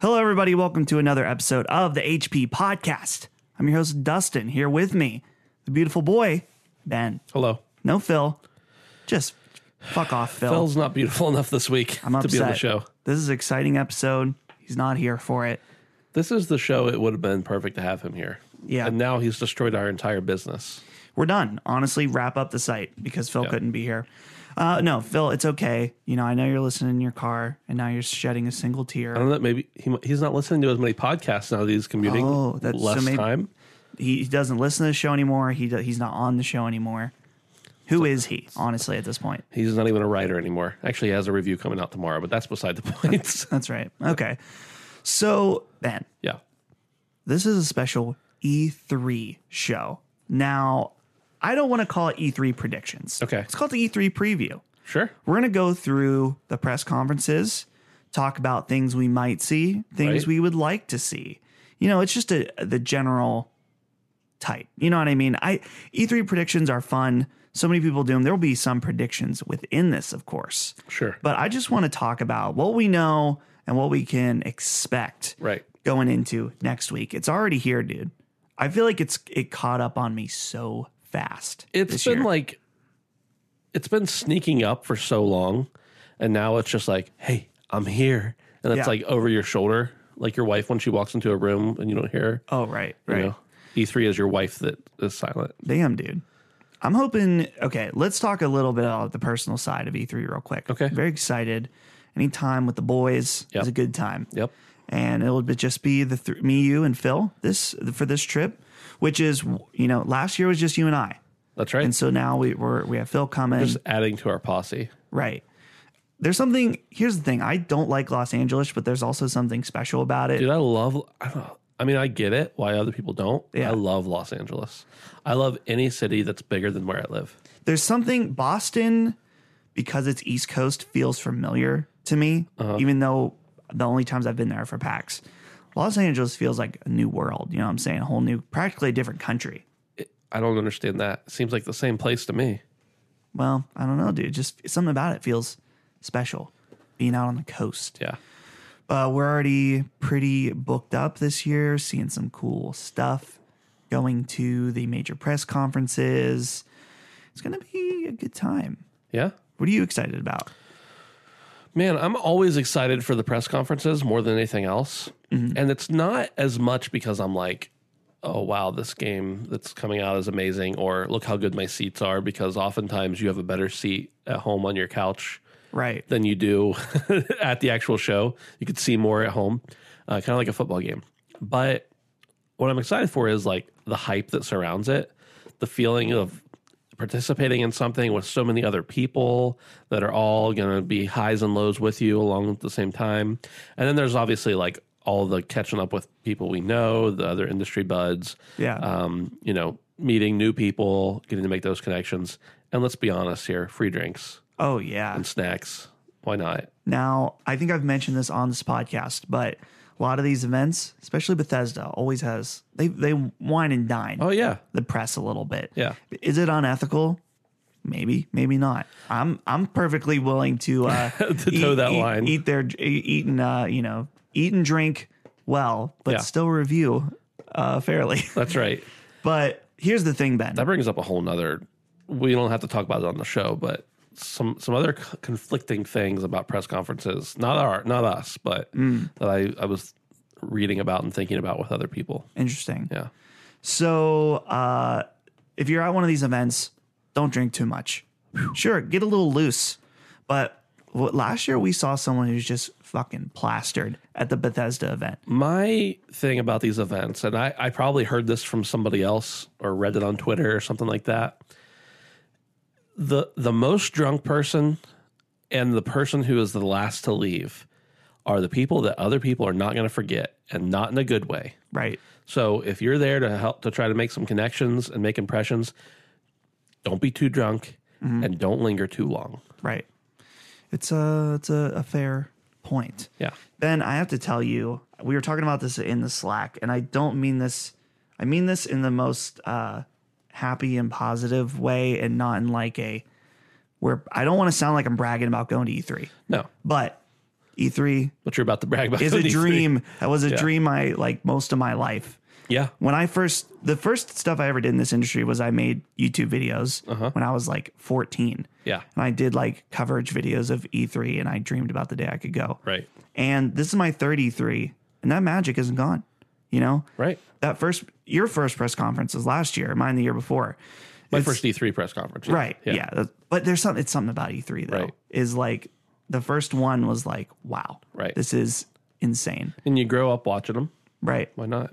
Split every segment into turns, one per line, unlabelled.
Hello, everybody. Welcome to another episode of the HP Podcast. I'm your host, Dustin, here with me, the beautiful boy, Ben.
Hello.
No, Phil. Just fuck off, Phil.
Phil's not beautiful enough this week
I'm
to
upset.
be on the show.
This is an exciting episode. He's not here for it.
This is the show it would have been perfect to have him here.
Yeah.
And now he's destroyed our entire business.
We're done. Honestly, wrap up the site because Phil
Yeah.
couldn't be here. Uh, no, Phil, it's okay. You know, I know you're listening in your car and now you're shedding a single
I
tear.
don't know. Maybe he, he's not listening to as many podcasts now that he's commuting
Oh, that's- so
less
maybe-
time.
He he doesn't listen to the show anymore. He do, he's not on the show anymore. Who is he, honestly, at this point?
He's not even a writer anymore. Actually, he has a review coming out tomorrow, but that's beside the point.
That's right. Okay. So, Ben,
yeah.
this is a special E3 show. Now, I don't want to call it E3 predictions.
Okay.
Let's call it the E3 preview.
Sure.
We're going to go through the press conferences, talk about things we might see, things
Right.
we would like to see. You know, it's just a the general type. You know what I mean? I E3 predictions are fun. So many people do them. There will be some predictions within this, of course.
Sure.
But I just want to talk about what we know and what we can expect
Right.
going into next week. It's already here, dude. I feel like it's it caught up on me so fast.
It's
this
been
year.
like, it's been sneaking up for so long. And now it's just like, hey, I'm here. And
Yeah.
it's like over your shoulder, like your wife when she walks into a room and you don't hear her.
oh right,
You
right.
know, E3 is your wife that is silent.
Damn, dude. I'm hoping. Okay, let's talk a little bit about the personal side of E3 real quick.
Okay.
very excited. Any time with the boys
Yep.
is a good time.
Yep.
and it'll be- just be the th- me, you, and Phil this for this trip, which is you know last year was just you and I,
That's right.
and so now we we're, we have Phil coming.
Just adding to our posse.
Right. There's something. Here's the thing. I don't like Los Angeles, but there's also something special about it.
Dude, I love I don't know. I mean, I get it why other people don't.
Yeah.
I love Los Angeles. I love any city that's bigger than where I live.
There's something Boston, because it's East Coast, feels familiar to me, even though the only times I've been there are for PAX. Los Angeles feels like a new world. You know what I'm saying? A whole new, practically a different country.
It, I don't understand that. seems like the same place to me.
Well, I don't know, dude. Just something about it feels special. Being out on the coast.
Yeah.
Uh, we're already pretty booked up this year, seeing some cool stuff, going to the major press conferences. It's going to be a good time.
Yeah.
What are you excited about?
Man, I'm always excited for the press conferences more than anything else. And it's not as much because I'm like, oh, wow, this game that's coming out is amazing, or look how good my seats are, because oftentimes you have a better seat at home on your couch
Right.
than you do at the actual show. You could see more at home, uh, kind of like a football game. But what I'm excited for is like the hype that surrounds it, the feeling of participating in something with so many other people that are all going to be highs and lows with you along at the same time. And then there's obviously like all the catching up with people we know, the other industry buds,
Yeah.
um, you know, meeting new people, getting to make those connections. And let's be honest here, free drinks
oh, yeah.
and snacks. Why not?
Now, I think I've mentioned this on this podcast, but a lot of these events, especially Bethesda, always has they they wine and dine
Oh yeah,
the press a little bit.
Yeah.
Is it unethical? Maybe, maybe not. I'm I'm perfectly willing to uh
To toe that line.
Eat their eat eat and uh, you know, eat and drink well, but
Yeah.
still review uh fairly.
that's right.
but here's the thing, Ben.
That brings up a whole nother. We don't have to talk about it on the show, but some some other c- conflicting things about press conferences. Not our, not us, but that I I was reading about and thinking about with other people.
Interesting.
Yeah,
So uh if you're at one of these events, don't drink too much. Sure, get a little loose. But what, last year we saw someone who's just fucking plastered at the Bethesda event.
my thing about these events, and I I probably heard this from somebody else or read it on Twitter or something like that. the The most drunk person and the person who is the last to leave are the people that other people are not going to forget, and not in a good way.
Right.
So if you're there to help to try to make some connections and make impressions, don't be too drunk
Mm-hmm.
and don't linger too long.
Right. It's a it's a, a fair point.
Yeah.
Ben, I have to tell you, we were talking about this in the Slack, and I don't mean this. I mean this in the most uh, happy and positive way, and not in like a where I don't want to sound like I'm bragging about going to E3,
No.
but E3
But you're about to brag about
is a
23.
dream. That was a
Yeah.
dream. I like most of my life.
Yeah.
When I first, the first stuff I ever did in this industry was I made YouTube videos
Uh-huh.
when I was like 14.
Yeah.
And I did like coverage videos of E3 and I dreamed about the day I could go.
Right.
And this is my third E3 and that magic isn't gone. You know?
Right.
That first your first press conference was last year, mine the year before.
My
It's-
first D3 press conference.
Right. Yeah. that- But there's something it's something about E3 though.
Right.
Is like the first one was like, wow.
Right.
This is insane.
And you grow up watching them.
Right.
Why not?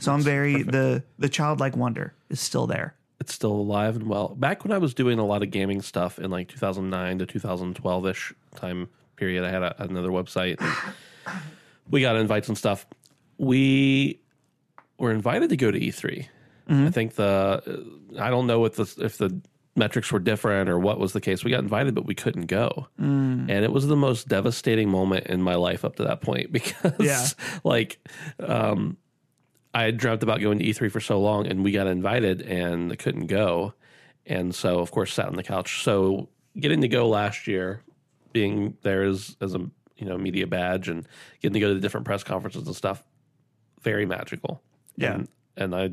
So I'm very the the childlike wonder is still there.
It's still alive and well. Back when I was doing a lot of gaming stuff in like 2009 to 2012 ish time period, I had a, another website. we got invites and stuff. We were invited to go to E3. I think the I don't know if the if the metrics were different or what was the case. We got invited, but we couldn't go, and it was the most devastating moment in my life up to that point because
Yeah.
like um, I had dreamt about going to E3 for so long, and we got invited and I couldn't go, and so of course sat on the couch. So getting to go last year, being there as as a you know media badge and getting to go to the different press conferences and stuff, very magical.
Yeah.
And, and I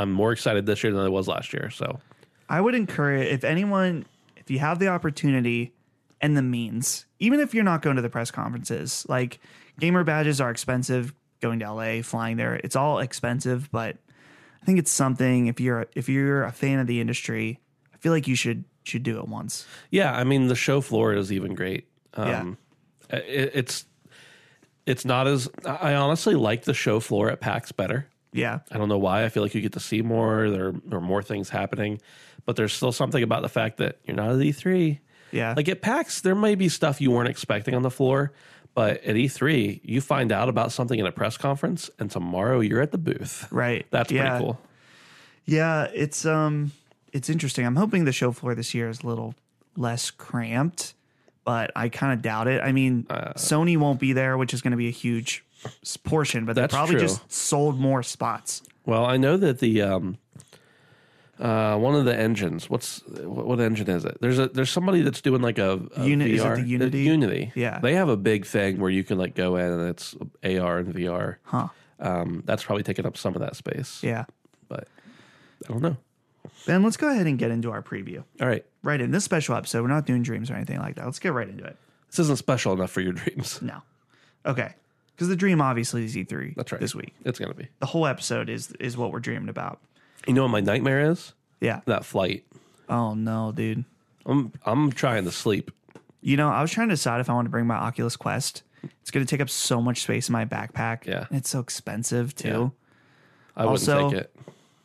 I'm more excited this year than I was last year. So
I would encourage if anyone, if you have the opportunity and the means, even if you're not going to the press conferences, like gamer badges are expensive. Going to LA, flying there, it's all expensive, but I think it's something. If you're if you're a fan of the industry, I feel like you should should do it once.
yeah, I mean the show floor is even great. Um it, it's it's not as I honestly like the show floor at PAX better.
Yeah,
I don't know why. I feel like you get to see more. There are more things happening, but there's still something about the fact that you're not at E E3.
yeah,
Like at PAX, there may be stuff you weren't expecting on the floor, but at E3, you find out about something in a press conference, and tomorrow you're at the booth.
right.
That's
yeah.
pretty cool.
Yeah, it's um, it's interesting. I'm hoping the show floor this year is a little less cramped, but I kind of doubt it. I mean,
Uh,
Sony won't be there, which is going to be a huge s- portion, but they
That's
probably
true.
just sold more spots.
Well, I know that the um, uh, one of the engines. What's what, what engine is it? There's a there's somebody that's doing like a, a
Uni- is it
VR.
the Unity?
Unity.
Yeah.
they have a big thing where you can like go in and it's AR and VR.
Huh?
Um, that's probably taking up some of that space.
Yeah.
but I don't know.
Ben, let's go ahead and get into our preview.
All right,
Right in this special episode, we're not doing dreams or anything like that. Let's get right into it.
this isn't special enough for your dreams.
No. Okay. Because the dream obviously is E3
That's right.
this week.
It's gonna be.
The whole episode is is what we're dreaming about.
You know what my nightmare is?
Yeah.
That flight.
Oh no, dude.
I'm I'm trying to sleep.
You know, I was trying to decide if I want to bring my Oculus Quest. It's going to take up so much space in my backpack.
Yeah.
And it's so expensive, too.
I wouldn't
Also-
take it.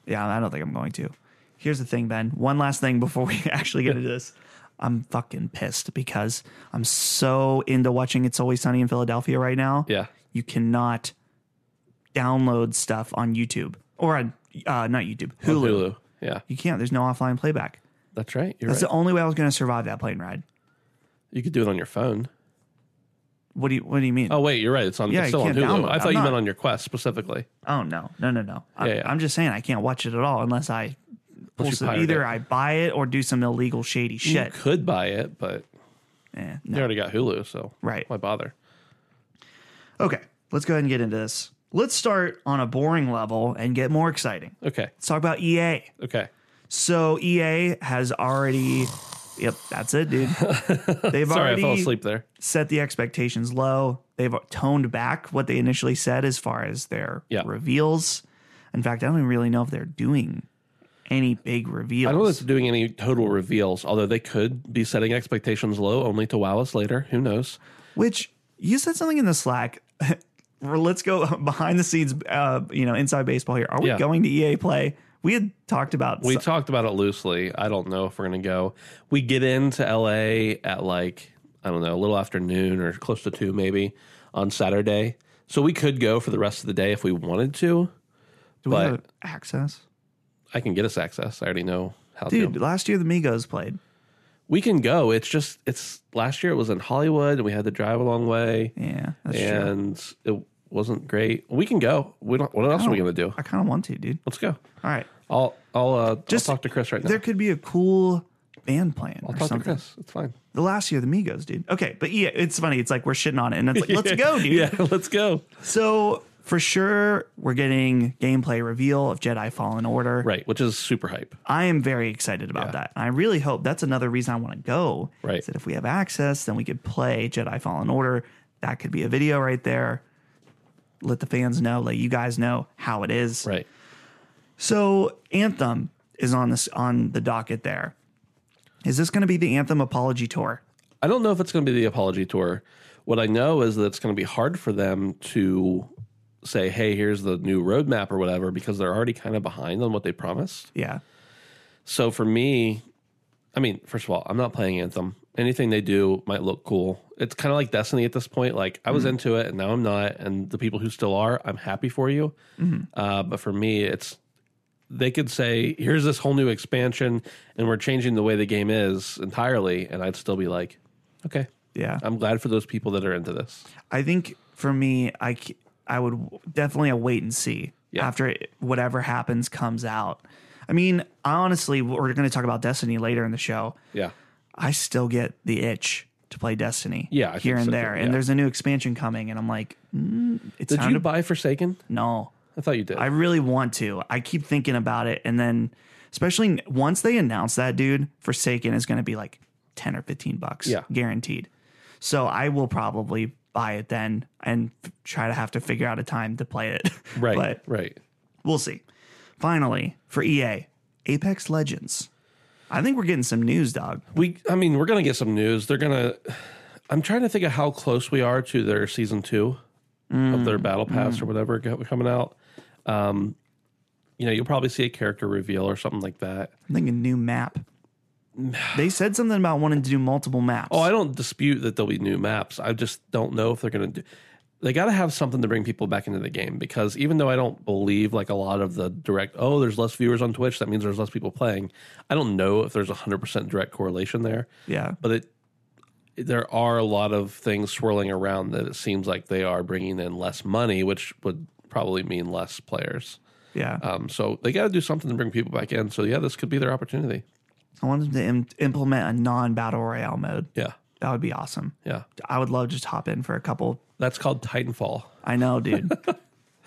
Yeah. I don't think I'm going to. Here's the thing, Ben. One last thing before we actually get into this. I'm fucking pissed because I'm so into watching It's Always Sunny in Philadelphia right now.
Yeah.
You cannot download stuff on YouTube or on, uh, not YouTube,
On
Hulu.
Hulu. Yeah,
You can't. There's no offline playback.
that's right. You're
That's
right.
the only way I was going to survive that plane ride.
you could do it on your phone.
What do you What do you mean?
Oh wait, you're right. It's on.
Yeah,
it's
you
still on
can't
Hulu.
download.
I thought
I'm
you meant
not-
on your Quest specifically.
Oh no, no, no, no. I,
Yeah, yeah.
I'm just saying I can't watch it at all unless I pull
you
some,
pirate
either
it.
I buy it or do some illegal shady
You
shit.
could buy it, but
Eh,
you
no.
already got Hulu, so
Right.
Why bother?
Okay, let's go ahead and get into this. Let's start on a boring level and get more exciting.
Okay.
Let's talk about EA.
Okay.
So EA has already. Yep, that's it, dude. They've
Sorry, I
already
fell asleep there.
set the expectations low. They've toned back what they initially said as far as their
Yeah.
reveals. In fact, I don't even really know if they're doing any big reveals.
I don't know if they're doing any total reveals, although they could be setting expectations low only to wow us later. Who knows?
Which you said something in the Slack. Let's go behind the scenes, uh, you know, inside baseball here. Are we
Yeah.
going to EA play? We had talked about.
We
so-
talked about it loosely. I don't know if we're going to go. We get into LA at like, I don't know, a little after noon or close to two maybe on Saturday. So we could go for the rest of the day if we wanted to.
do we
but-
have access?
I can get us access. I already know how to.
Dude, last year the Migos played.
We can go. It's just, it's last year it was in Hollywood and we had to drive a long way
Yeah, that's true.
and it wasn't great. We can go. We don't, what else are we
don't-
going to do?
I kind of want to, dude.
Let's go.
All right,
I'll, I'll, uh,
Just-
I'll talk to Chris right now.
there could be a cool band playing
I'll
or
talk to
something.
Chris. It's fine.
The last year the Migos, dude. Okay, but yeah, it's funny. It's like we're shitting on it, and it's like, let's go, dude.
Yeah, let's go.
So for sure, we're getting gameplay reveal of Jedi Fallen Order.
Right, which is super hype.
I am very excited about that. I really hope that's another reason I want to go.
Right.
Is that if we have access, then we could play Jedi Fallen Order. That could be a video right there. Let the fans know, let you guys know how it is.
Right.
So Anthem is on this on the docket there. Is this going to be the Anthem apology tour?
I don't know if it's going to be the apology tour. What I know is that it's going to be hard for them to say, "Hey, here's the new roadmap" or whatever, because they're already kind of behind on what they promised.
Yeah.
So for me, I mean, first of all, I'm not playing Anthem. Anything they do might look cool. It's kind of like Destiny at this point. Like I was into it, and now I'm not. And the people who still are, I'm happy for you. Uh, but for me, it's they could say, "Here's this whole new expansion, and we're changing the way the game is entirely," and I'd still be like, "Okay,
Yeah.
I'm glad for those people that are into this."
I think for me, I c- I would w- definitely a wait and see
Yeah.
after it, whatever happens comes out. I mean, I honestly, we're going to talk about Destiny later in the show.
Yeah,
I still get the itch to play Destiny.
Yeah, I think
here and
so,
there,
yeah.
and there's a new expansion coming, and I'm like, mm, it's
did
time
you
to
buy Forsaken?
no.
I thought you did.
I really want to. I keep thinking about it, and then especially once they announce that, dude, Forsaken is going to be like ten or fifteen bucks,
Yeah.
guaranteed. So I will probably buy it then and f- try to have to figure out a time to play it.
right,
but
right.
we'll see. Finally, for EA, Apex Legends. I think we're getting some news, dog.
We, I mean, we're gonna get some news. They're gonna. I'm trying to think of how close we are to their season two of
Mm,
their battle pass or whatever go- coming out. Um, you know, you'll probably see a character reveal or something like that.
I'm thinking new map. They said something about wanting to do multiple maps.
Oh, I don't dispute that there'll be new maps. I just don't know if they're gonna do. They got to have something to bring people back into the game because even though I don't believe like a lot of the direct, oh, there's less viewers on Twitch, that means there's less people playing. I don't know if there's a hundred percent direct correlation there.
yeah.
but it there are a lot of things swirling around that it seems like they are bringing in less money, which would probably mean less players.
Yeah.
Um, so they got to do something to bring people back in. So yeah, this could be their opportunity.
I want them to Im- implement a non battle royale mode.
Yeah,
That would be awesome.
yeah,
I would love to just hop in for a couple.
that's called Titanfall.
I know, dude.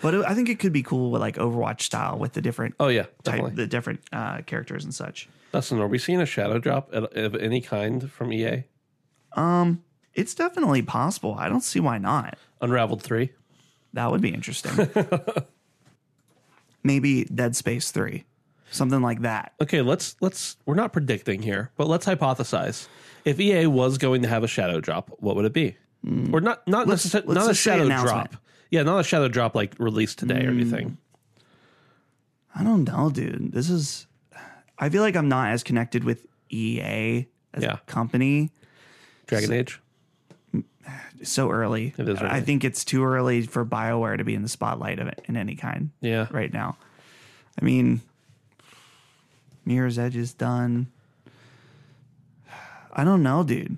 but it, I think it could be cool with like Overwatch style with the different
Oh yeah,
type,
definitely.
the different uh, characters and such.
Dustin, are we seeing a shadow drop at- of any kind from E EA?
It's definitely possible. I don't see why not.
Unraveled three.
That would be interesting. Maybe Dead Space Three, something like that.
Okay, let's let's we're not predicting here, but let's hypothesize if EA was going to have a shadow drop, what would it be? Or not not necessarily
Hmm. let's
not a
just say
shadow
announcement. Hmm.
drop. Yeah, not a shadow drop like released today or anything.
I don't know, dude. This is. I feel like I'm not as connected with EA as
Yeah.
a company.
Dragon Age.
so early.
It is early.
I think it's too early for BioWare to be in the spotlight of it in any kind
Yeah.
right now. I mean, Mirror's Edge is done. I don't know, dude.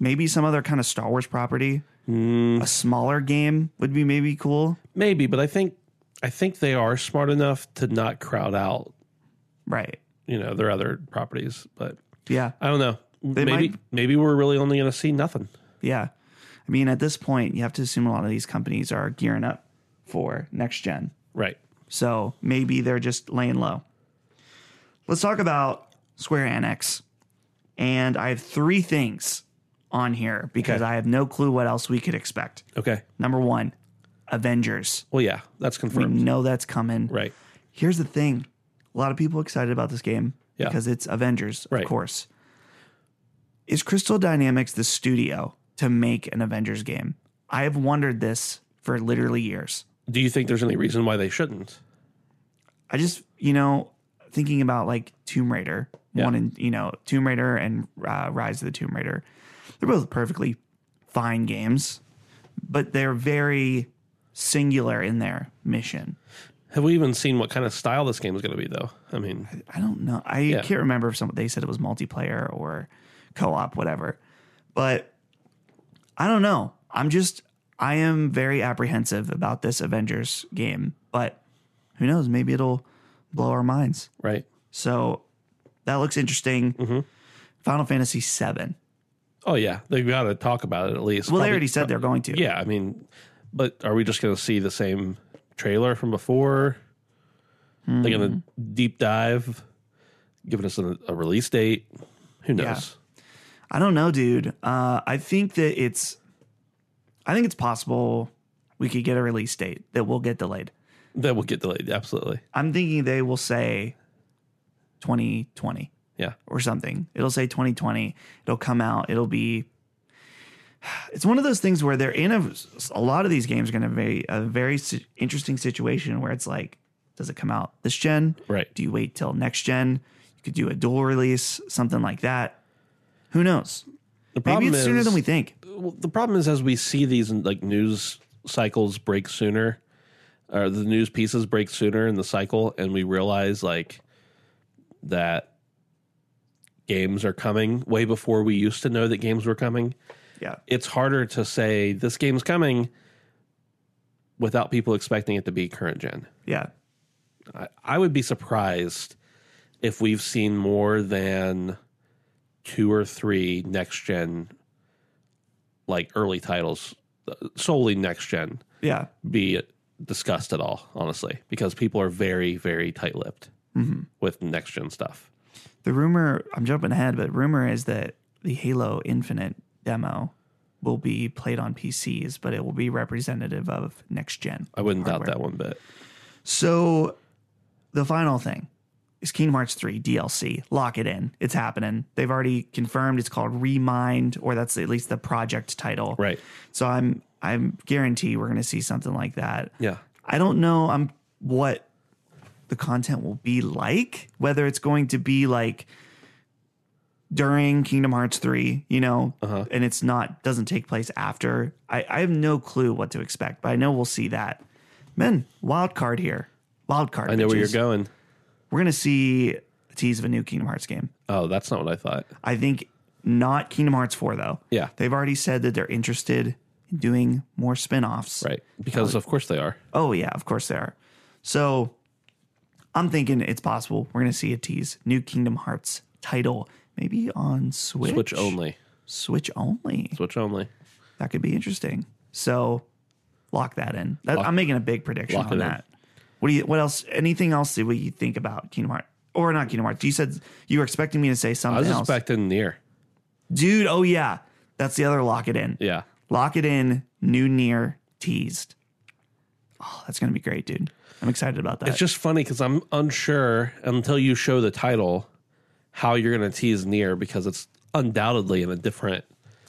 Maybe some other kind of Star Wars property.
Hmm.
A smaller game would be maybe cool.
Maybe, but I think I think they are smart enough to not crowd out,
Right.
you know, their other properties. But
Yeah.
I don't know. maybe
might-
maybe we're really only going to see nothing.
Yeah. I mean, at this point, you have to assume a lot of these companies are gearing up for next gen.
Right.
So maybe they're just laying low. Let's talk about Square Enix. And I have three things on here because
Okay.
I have no clue what else we could expect.
Okay.
Number one, Avengers.
Well, yeah, that's
We
confirmed.
know that's coming.
Right.
Here's the thing a lot of people excited about this game
Yeah.
because it's Avengers, of
Right.
course. Is Crystal Dynamics the studio to make an Avengers game? I have wondered this for literally years.
Do you think there's any reason why they shouldn't?
I just, you know, thinking about like Tomb Raider,
Yeah.
one and, you know, Tomb Raider and uh, Rise of the Tomb Raider. They're both perfectly fine games, but they're very singular in their mission.
Have we even seen what kind of style this game is going to be, though? I mean,
I don't know. I can't remember if some they said it was multiplayer or co-op, whatever. But I don't know. I'm just I am very apprehensive about this Avengers game, but who knows? Maybe it'll blow our minds.
right.
So that looks interesting.
Mm-hmm.
Final Fantasy VII.
Oh, yeah. They've got to talk about it at least.
Well, they
Probably-
already said they're going to.
Yeah, I mean, but are we just going to see the same trailer from before? They're going to
Hmm.
deep dive, giving us a, a release date. Who knows?
Yeah. I don't know, dude. Uh, I think that it's, I think it's possible we could get a release date that will get delayed.
That will get delayed. Absolutely.
I'm thinking they will say 2020
Yeah.
or something. It'll say 2020. It'll come out. It'll be. It's one of those things where they're in a, a lot of these games are going to be a very si- interesting situation where it's like, does it come out this gen?
Right.
Do you wait till next gen? You could do a dual release, something like that. Who knows?
The
Maybe
problem
it's
is
sooner than we think.
well, the problem is as we see these like news cycles break sooner, or the news pieces break sooner in the cycle, and we realize like that games are coming way before we used to know that games were coming.
Yeah.
It's harder to say this game's coming without people expecting it to be current gen.
Yeah.
I, I would be surprised if we've seen more than two or three next gen, like early titles, uh, solely next gen,
Yeah.
be discussed at all, honestly, because people are very, very tight lipped with next gen stuff.
The rumor, I'm jumping ahead, but rumor is that the Halo Infinite demo will be played on PCs, but it will be representative of next gen.
I wouldn't doubt that one bit.
So the final thing is Kingdom Hearts 3 DLC. Lock it in. It's happening. They've already confirmed it's called Remind, or that's at least the project title.
Right.
So I'm I'm guarantee we're gonna see something like that.
Yeah.
I don't know I'm what the content will be like, whether it's going to be like during Kingdom Hearts 3, you know,
Uh-huh.
and it's not doesn't take place after. I, I have no clue what to expect, but I know we'll see that. Men, wild card here. Wild card.
I know where you're
bitches.
going.
We're gonna see a tease of a new Kingdom Hearts game.
Oh, that's not what I thought.
I think not Kingdom Hearts 4 though.
Yeah.
They've already said that they're interested in doing more spin-offs.
Right. Because, of course, they are.
Oh yeah, of course they are. So I'm thinking it's possible we're gonna see a tease new Kingdom Hearts title, maybe on Switch.
Switch only.
Switch only.
Switch only.
That could be interesting. So lock that in. That, I'm making a big prediction
lock
on
it in.
that. What do you? What else? Anything else that we think about Kingdom Hearts or not Kingdom Hearts? You said you were expecting me to say
I
something
was
else,
expecting near.
dude. Oh yeah, that's the other lock it in.
Yeah.
Lock it in. New near teased. Oh, that's gonna be great, dude. I'm excited about that.
It's just funny because I'm unsure until you show the title how you're going to tease near because it's undoubtedly in a different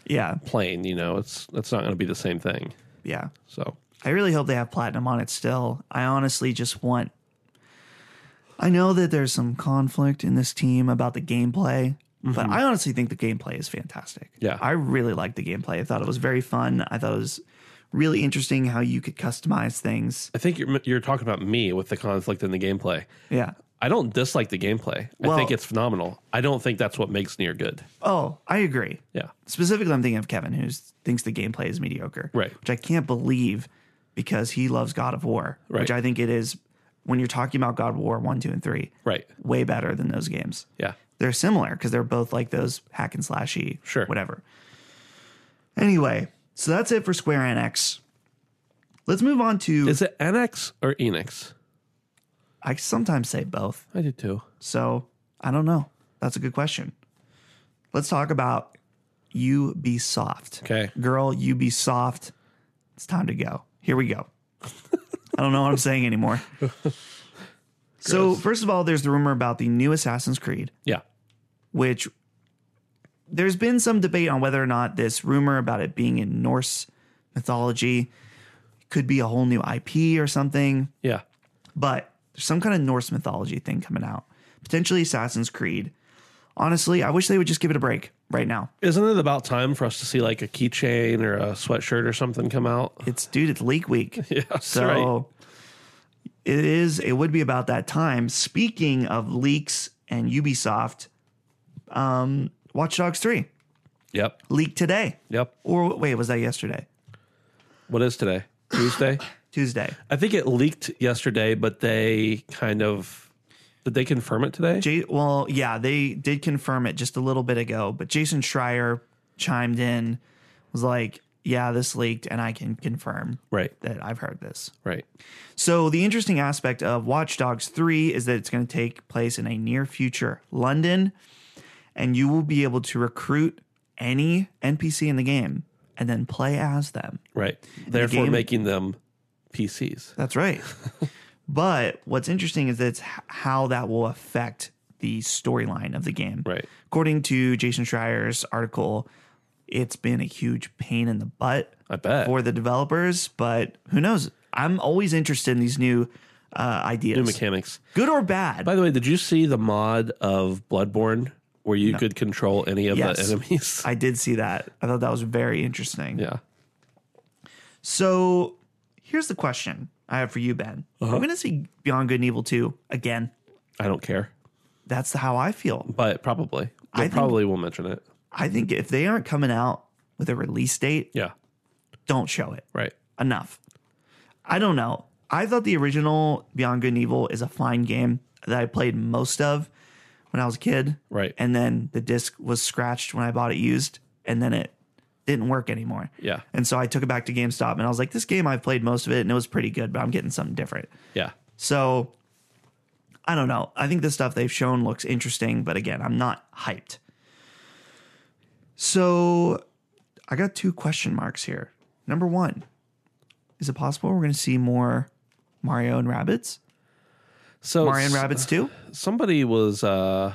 Yeah,
plane. You know, it's it's not going to be the same thing.
yeah.
So
I really hope they have platinum on it still. I honestly just want. I know that there's some conflict in this team about the gameplay, but I honestly think the gameplay is fantastic.
Mm-hmm. Yeah.
I really liked the gameplay. I thought it was very fun. I thought it was really interesting how you could customize things.
I think you're you're talking about me with the conflict in the gameplay.
Yeah.
I don't dislike the gameplay. I
Well-
think it's phenomenal. I don't think that's what makes near good.
Oh, I agree.
Yeah.
Specifically, I'm thinking of Kevin, who thinks the gameplay is mediocre,
Right.
Which I can't believe because he loves God of War,
Right.
which I think it is. When you're talking about God of War one, two, and three,
Right.
way better than those games.
Yeah.
They're similar because they're both like those hack and slashy,
Sure.
whatever. Anyway, so that's it for Square Enix. Let's move on to.
Is it NX or Enix?
I sometimes say both,
I do too.
so I don't know. That's a good question. Let's talk about Ubisoft.
Okay.
girl, you be soft. It's time to go. Here we go. I don't know what I'm saying anymore. so, first of all, there's the rumor about the new Assassin's Creed,
Yeah.
which there's been some debate on whether or not this rumor about it being in Norse mythology could be a whole new IP or something,
Yeah.
but there's some kind of Norse mythology thing coming out. Potentially Assassin's Creed. Honestly, I wish they would just give it a break right now.
Isn't it about time for us to see like a keychain or a sweatshirt or something come out?
It's dude, it's leak week.
Yeah, that's
So
right.
it is, it would be about that time. Speaking of leaks and Ubisoft, um, Watch Dogs 3
Yep.
leaked today.
Yep.
Or wait, was that yesterday?
What is today? Tuesday?
Tuesday.
I think it leaked yesterday, but they kind of did they confirm it today?
J- well, yeah, they did confirm it just a little bit ago, but Jason Schreier chimed in, was like, yeah, this leaked, and I can confirm
right.
that I've heard this.
Right.
So the interesting aspect of Watch Dogs 3 is that it's going to take place in a near future London and you will be able to recruit any NPC in the game and then play as them.
Right. Therefore
game-
making them PCs.
That's right. but what's interesting is that's h- how that will affect the storyline of the game.
Right.
According to Jason Schreier's article, it's been a huge pain in the butt
I bet.
for the developers, but who knows? I'm always interested in these new uh, ideas.
New mechanics.
good or bad.
By the way, did you see the mod of Bloodborne where you could control any of
Yes.
the enemies?
I did see that. I thought that was very interesting.
yeah.
So here's the question I have for you, Ben.
Uh-huh.
I'm going to see Beyond Good and Evil 2 again.
I don't care.
That's how I feel.
But probably.
I
They
think-
probably will mention it.
I think if they aren't coming out with a release date,
Yeah.
don't show it.
Right.
Enough. I don't know. I thought the original Beyond Good and Evil is a fine game that I played most of when I was a kid.
Right.
And then the disc was scratched when I bought it used, and then it didn't work anymore.
Yeah.
And so I took it back to GameStop and I was like, this game I've played most of it and it was pretty good, but I'm getting something different.
Yeah.
So I don't know. I think the stuff they've shown looks interesting, but again, I'm not hyped. So I got two question marks here. Number one, is it possible we're going to see more Mario and Rabbits?
So
Mario and
s-
Rabbits too?
somebody was uh,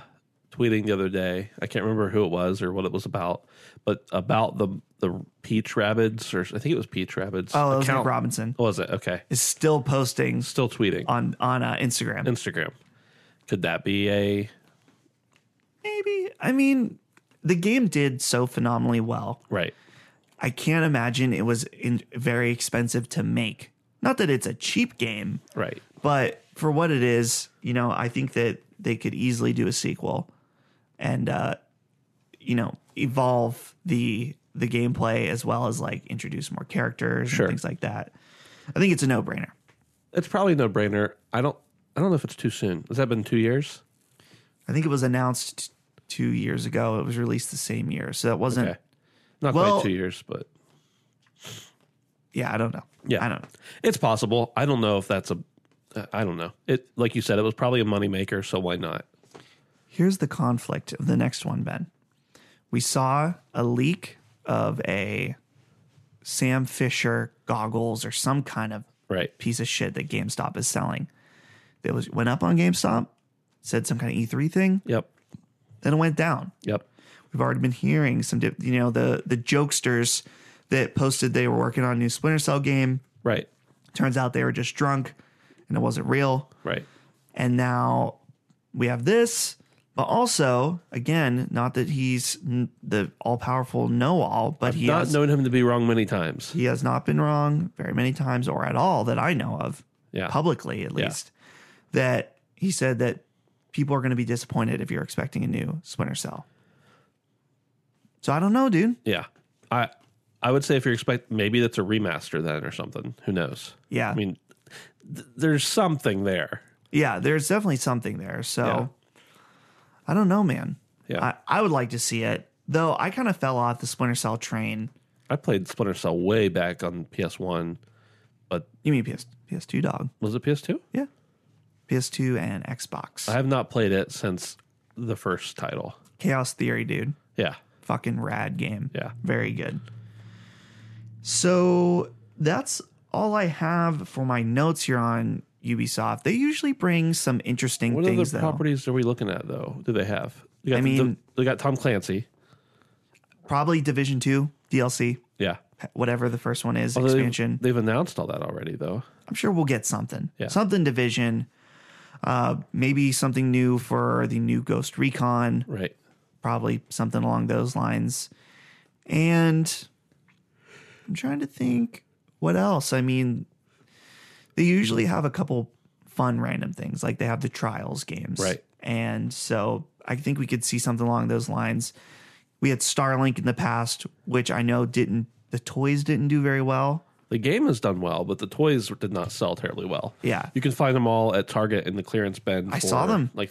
tweeting the other day. I can't remember who it was or what it was about, but about the the Peach Rabbits or I think it was Peach Rabbits.
Oh, that was Nick
account.
Robinson
was it? Okay,
is still posting
still tweeting
on on uh, Instagram.
Instagram. Could that be a
Maybe. I mean, the game did so phenomenally well.
right?
I can't imagine it was in, very expensive to make. Not that it's a cheap game,
Right.
but for what it is, you know, I think that they could easily do a sequel and uh you know, evolve the the gameplay as well as like introduce more characters
Sure.
and things like that. I think it's a no-brainer.
It's probably no brainer. I don't. I don't know if it's too soon. Has that been two years?
I think it was announced 2 years ago. It was released the same year. So that wasn't
Okay, not
Hmm. Well-
quite two years, but
yeah, I don't know.
Yeah.
I don't know.
it's possible. I don't know if that's a. I don't know. It like you said, it was probably a moneymaker, so why not?
Here's the conflict of the next one, Ben. We saw a leak of a Sam Fisher goggles or some kind of
Right.
piece of shit that GameStop is selling. That was went up on GameStop, said some kind of E3 thing,
Yep.
then it went down.
Yep.
We've already been hearing some, dip- you know, the the jokesters that posted they were working on a new Splinter Cell game.
Right.
Turns out they were just drunk, and it wasn't real.
Right.
And now we have this, but also again, not that he's n- the all powerful know all, but he
not
has,
known him to be wrong many times.
he has not been wrong very many times or at all that I know of,
Yeah.
publicly at least, that he said that people are going to be disappointed if you're expecting a new Splinter Cell. So I don't know, dude.
Yeah. I I would say if you're expect maybe that's a remaster then or something. Who knows?
Yeah.
I mean, th- there's something there.
yeah, there's definitely something there. So
Yeah.
I don't know, man.
Yeah.
I, I would like to see it. Though I kind of fell off the Splinter Cell train.
I played Splinter Cell way back on PS1.
You mean PS PS2 dog.
Was it PS2?
Yeah. PS2 and Xbox.
I have not played it since the first title.
Chaos Theory, dude.
Yeah.
Fucking rad game.
Yeah.
Very good. So that's all I have for my notes here on Ubisoft. They usually bring some interesting
What
things
other
though.
properties are we looking at though? Do they have? They got
I
the- the-
mean-
they got Tom Clancy.
Probably Division 2 DLC,
Yeah.
whatever the first one is,
Although they've-
expansion.
They've, announced all that already though.
I'm sure we'll get something.
Yeah.
Something division. Uh, maybe something new for the new Ghost Recon.
Right.
Probably something along those lines. And I'm trying to think what else. I mean, they usually have a couple fun random things. Like they have the trials games.
Right.
And so I think we could see something along those lines. We had Starlink in the past, which I know didn't the toys didn't do very well.
The game has done well, but the toys did not sell terribly well.
Yeah.
You can find them all at Target in the clearance bin.
I saw them.
Like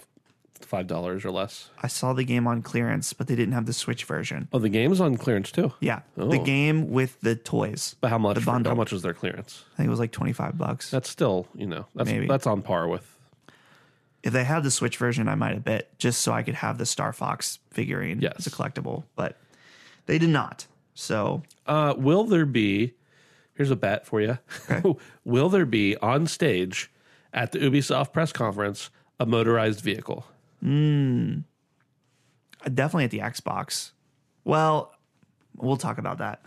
$5 or less.
I saw the game on clearance, but they didn't have the Switch version.
Oh, the game's on clearance too.
Yeah,
Oh.
the game with the toys.
But how much?
The bundle.
How much is their clearance?
I think it was like twenty five bucks.
That's still, you know, that's
Maybe.
that's on par with.
If they had the Switch version, I might have bet just so I could have the Star Fox figurine
Yes.
as a collectible. But they did not. So
Uh, will there be? Here's a bet for you. will there be on stage at the Ubisoft press conference a motorized vehicle?
uh, definitely at the Xbox. Well, we'll talk about that.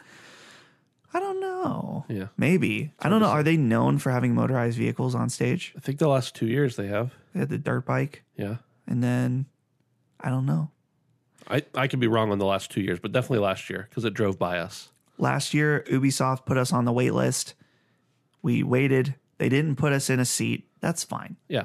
I don't know.
Yeah.
Maybe. I don't know. Are they known for having motorized vehicles on stage?
I think the last two years they have.
They had the dirt bike,
Yeah,
and then I don't know.
I I could be wrong on the last two years, but definitely last year because it drove by us.
Last year, Ubisoft put us on the wait list. We waited. They didn't put us in a seat. That's fine.
Yeah,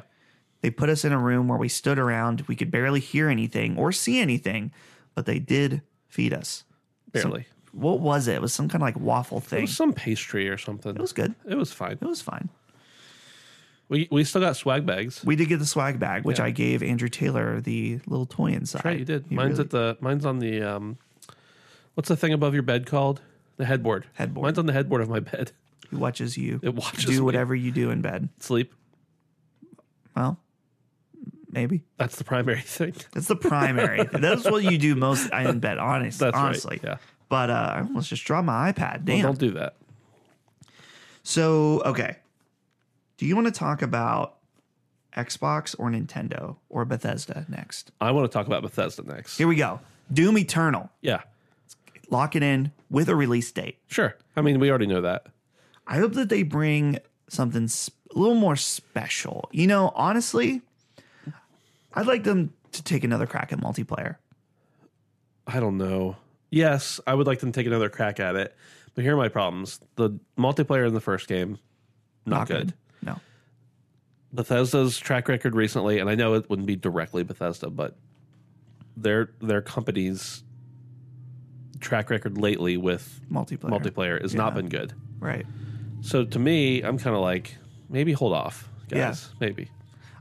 They put us in a room where we stood around. We could barely hear anything or see anything, but they did feed us.
barely.
What was it? It was some kind of like waffle
it
thing.
was some pastry or something.
It was good.
It was fine.
It was fine.
We we still got swag bags.
We did get the swag bag, which
Yeah.
I gave Andrew Taylor the little toy inside.
Right, you did.
He
mine's
really-
at the mine's on the um what's the thing above your bed called? The headboard.
Headboard.
Mine's on the headboard of my bed.
he watches you
It watches
do
me.
whatever you do in bed.
Sleep.
Well, maybe.
That's the primary thing.
That's the primary. That's what you do most in bed, honest,
That's
honestly.
right. Yeah.
But uh, I almost just dropped my iPad.
Well,
Damn.
don't do that.
so, okay. Do you want to talk about Xbox or Nintendo or Bethesda next?
I want to talk about Bethesda next.
Here we go. Doom Eternal.
Yeah.
Lock it in with a release date.
Sure. I mean, we already know that.
I hope that they bring something sp- a little more special. You know, honestly, I'd like them to take another crack at multiplayer.
I don't know. Yes, I would like them to take another crack at it. But here are my problems. The multiplayer in the first game, not, good.
No.
Bethesda's track record recently, and I know it wouldn't be directly Bethesda, but their their company's track record lately with
Multiplayer.
multiplayer has not been good.
Right.
So to me, I'm kind of like, maybe hold off, guys. Maybe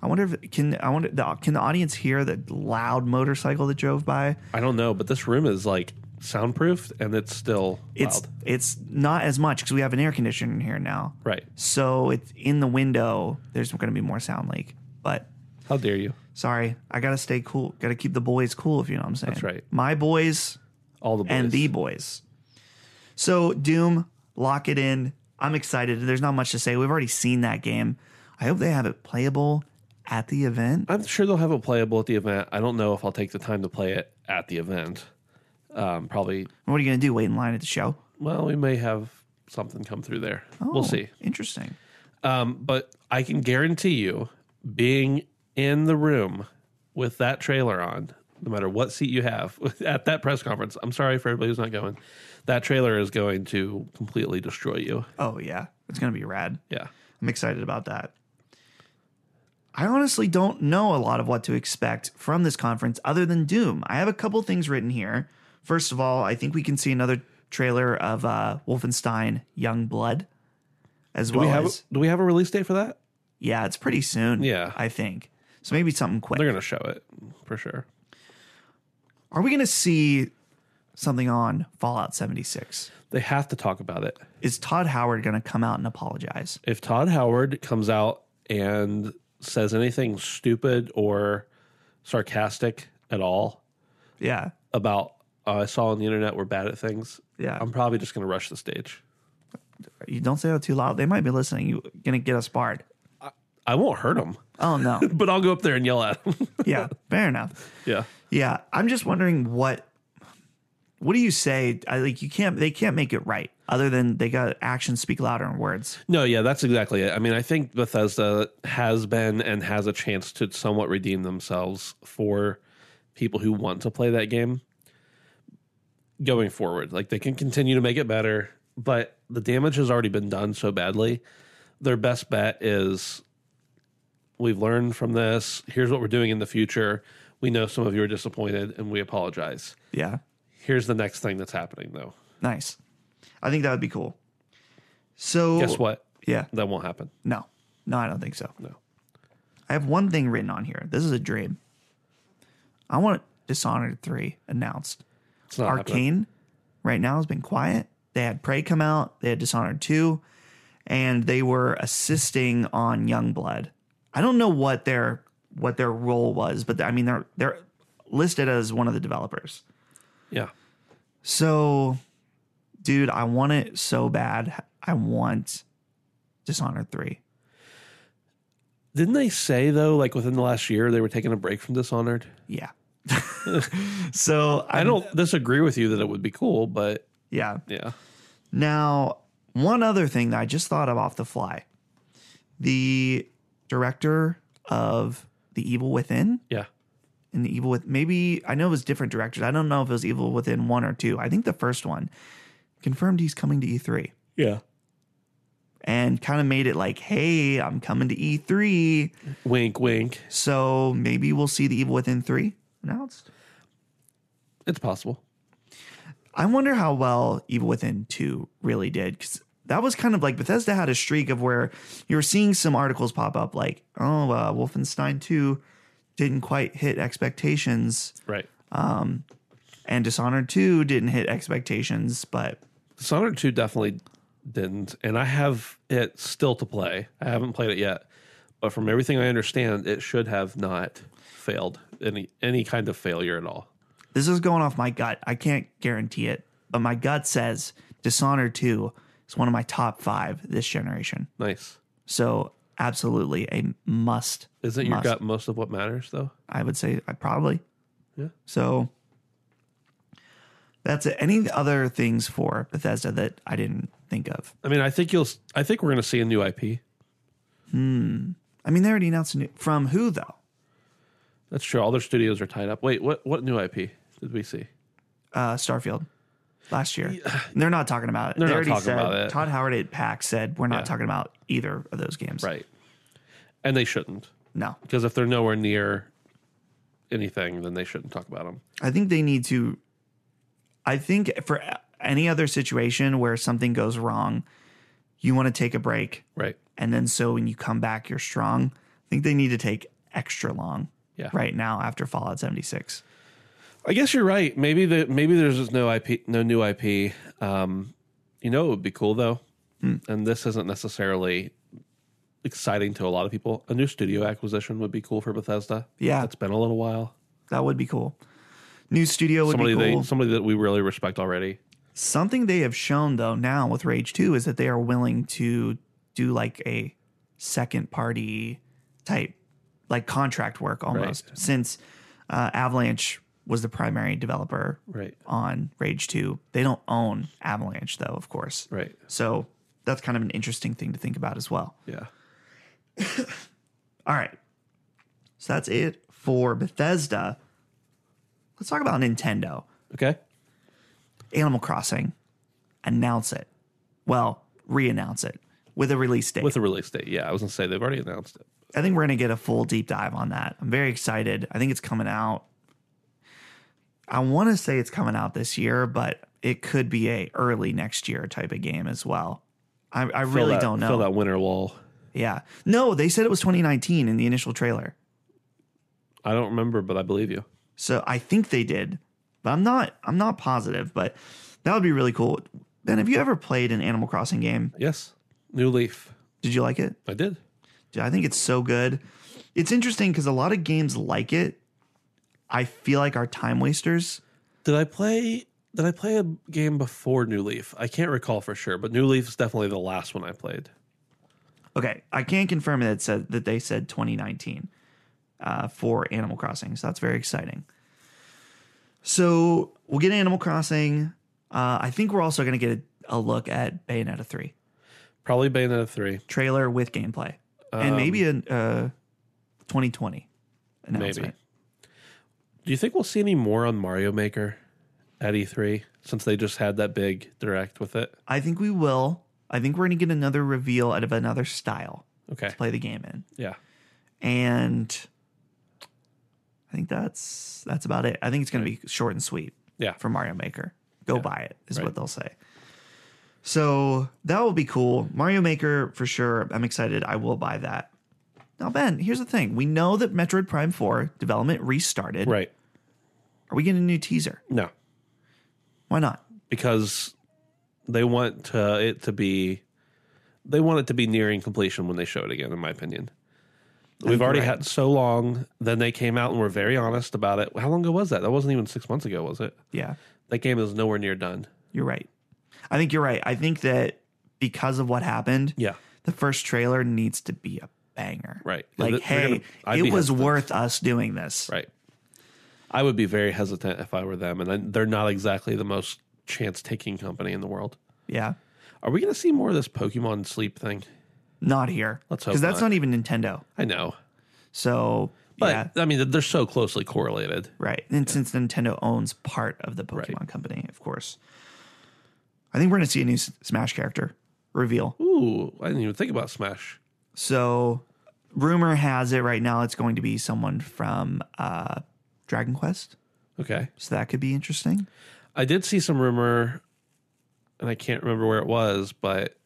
I wonder if can I wonder the, can the audience hear the loud motorcycle that drove by?
I don't know, but this room is like soundproofed, and it's still
It's
loud.
it's not as much because we have an air conditioner in here now,
Right?
so it's in the window. There's going to be more sound leak, but
How dare you?
sorry, I gotta stay cool. Gotta keep the boys cool if you know what I'm saying.
That's right.
My boys
All the boys.
and the boys. So Doom, lock it in. I'm excited. There's not much to say. We've already seen that game. I hope they have it playable at the event.
I'm sure they'll have it playable at the event. I don't know if I'll take the time to play it at the event. Um, probably.
What are you gonna do? Wait in line at the show?
Well, we may have something come through there.
Oh,
We'll see.
Interesting.
Um, but I can guarantee you, being in the room with that trailer on, no matter what seat you have at that press conference, I'm sorry for everybody who's not going. That trailer is going to completely destroy you.
Oh yeah, it's gonna be rad.
Yeah.
I'm excited about that. I honestly don't know a lot of what to expect from this conference other than Doom. I have a couple things written here. First of all, I think we can see another trailer of uh, Wolfenstein Young Blood as
Do
well
we have
as
do we have a release date for that?
yeah, it's pretty soon.
Yeah.
I think so. Maybe something quick.
They're gonna show it for sure.
Are we going to see something on Fallout 76?
They have to talk about it.
Is Todd Howard going to come out and apologize?
If Todd Howard comes out and says anything stupid or sarcastic at all
Yeah,
about uh, I saw on the internet we're bad at things,
yeah.
I'm probably just gonna rush the stage.
you don't say that too loud. They might be listening. You're going to get us barred.
I won't hurt him,
Oh no.
but I'll go up there and yell at him.
yeah, fair enough.
yeah.
Yeah, I'm just wondering what what do you say? I like you can't they can't make it right other than they got actions speak louder than words.
No, yeah, that's exactly it. I mean, I think Bethesda has been and has a chance to somewhat redeem themselves for people who want to play that game going forward. Like they can continue to make it better, but the damage has already been done so badly. Their best bet is we've learned from this. Here's what we're doing in the future. We know some of you are disappointed and we apologize.
Yeah.
Here's the next thing that's happening though.
Nice. I think that would be cool. So
Guess what?
Yeah.
That won't happen.
No. No, I don't think so.
No.
I have one thing written on here. This is a dream. I want Dishonored 3 announced.
It's not happening.
Arcane right now has been quiet. They had Prey come out, they had Dishonored 2, and they were assisting on Youngblood. I don't know what their what their role was, but I mean they're they're listed as one of the developers.
Yeah.
So dude, I want it so bad. I want Dishonored 3.
Didn't they say though, like within the last year, they were taking a break from Dishonored?
Yeah. so
I don't disagree with you that it would be cool, but
yeah.
yeah,
Now, one other thing that I just thought of off the fly the director of The Evil Within
yeah,
and The Evil with maybe I know it was different directors. I don't know if it was Evil Within one or two. I think the first one confirmed he's coming to E3
yeah.
and kind of made it like, hey, I'm coming to E3.
Wink, wink.
So maybe we'll see The Evil Within 3 announced.
It's possible.
I wonder how well Evil Within 2 really did because that was kind of like Bethesda had a streak of where you were seeing some articles pop up like, oh, uh, Wolfenstein 2 didn't quite hit expectations
Right.
and Dishonored 2 didn't hit expectations, but
Dishonored two definitely didn't, and I have it still to play. I haven't played it yet, but from everything I understand, it should have not failed any any kind of failure at all.
this is going off my gut. I can't guarantee it, but my gut says Dishonored 2 is one of my top five this generation.
Nice.
So absolutely a must.
Isn't your
must.
gut most of what matters though?
I would say I probably.
Yeah.
So that's it. Any other things for Bethesda that I didn't think of?
I mean, I think you'll. s- I think we're going to see a new IP.
I mean, they already announced a new, from who though?
That's true. All their studios are tied up. Wait, what? What new IP did we see?
Uh, Starfield last year. And They're not talking about it.
They're
They
not
already
talking
said-
about it.
Todd Howard at PAX said we're not
Yeah.
talking about either of those games.
Right. And they shouldn't.
No,
Because if they're nowhere near anything, then they shouldn't talk about them.
I think they need to. I think for any other situation where something goes wrong, you want to take a break,
Right.
and then so when you come back, you're strong. I think they need to take extra long.
Yeah.
right now after Fallout 76.
I guess you're right. Maybe the maybe there's just no IP, no new IP. Um, you know, it would be cool though. And this isn't necessarily exciting to a lot of people. A new studio acquisition would be cool for Bethesda.
Yeah.
it's been a little while.
That would be cool. New studio would
Somebody
be cool.
they somebody that we really respect already.
Something they have shown though now with Rage 2 is that they are willing to do like a second party type like contract work almost since uh, Avalanche was the primary developer
Right.
on Rage 2. They don't own Avalanche though, of course.
Right.
So that's kind of an interesting thing to think about as well.
Yeah.
All right. So that's it for Bethesda. Let's talk about Nintendo.
Okay.
Animal Crossing. Announce it. Well, re-announce it with a release date.
With a release date. Yeah, I was gonna say they've already announced it.
I think we're gonna get a full deep dive on that. I'm very excited. I think it's coming out. I want to say it's coming out this year, but it could be a early next year type of game as well. I, I
Fill
really
that-
don't know.
Fill that winter lull.
Yeah. No, they said it was 2019 in the initial trailer.
I don't remember, but I believe you.
So I think they did, but I'm not. I'm not positive. But that would be really cool. Ben, have you ever played an Animal Crossing game?
Yes. New Leaf.
Did you like it?
I did.
Dude, I think it's so good. It's interesting because a lot of games like it, I feel like are time wasters.
Did I play did I play a game before New Leaf? I can't recall for sure, but New Leaf is definitely the last one I played.
Okay, I can't confirm that it said that they said 2019 uh, for Animal Crossing, so that's very exciting. So we'll get Animal Crossing. Uh, I think we're also going to get a, a look at Bayonetta three
Probably Bayonetta 3.
trailer with gameplay,
Um,
and maybe a uh, 2020 announcement.
Maybe. Do you think we'll see any more on Mario Maker at E3 since they just had that big direct with it?
I think we will. I think we're going to get another reveal out of another style
Okay.
to play the game in.
Yeah.
and I think that's that's about it. I think it's going to be short and sweet.
Yeah.
for Mario Maker, go buy it is
Right.
what they'll say. So that will be cool. Mario Maker for sure. I'm excited. I will buy that. Now, Ben, here's the thing. We know that Metroid Prime 4 development restarted.
Right.
Are we getting a new teaser?
No.
Why not?
Because they want to, it to be they want it to be nearing completion when they show it again in my opinion. We've already
right.
had so long. Then they came out and were very honest about it. How long ago was that? That wasn't even six months ago, was it?
Yeah,
That game is nowhere near done.
you're right. I think you're right. I think that because of what happened,
Yeah.
the first trailer needs to be a banger.
Right.
Like,
They're
hey,
gonna- I'd be
it was
hesitant.
worth us doing this.
Right. I would be very hesitant if I were them, and then they're not exactly the most chance taking company in the world.
Yeah.
Are we going to see more of this Pokemon sleep thing?
Not here.
Let's hope
Because that's
not.
not even Nintendo.
I know,
So,
but
yeah,
I mean, they're so closely correlated.
right. And since Nintendo owns part of the Pokemon company, of course, I think we're going to see a new S- Smash character reveal.
Ooh, I didn't even think about Smash.
So, rumor has it right now it's going to be someone from uh, Dragon Quest.
Okay.
So, that could be interesting.
I did see some rumor, and I can't remember where it was, but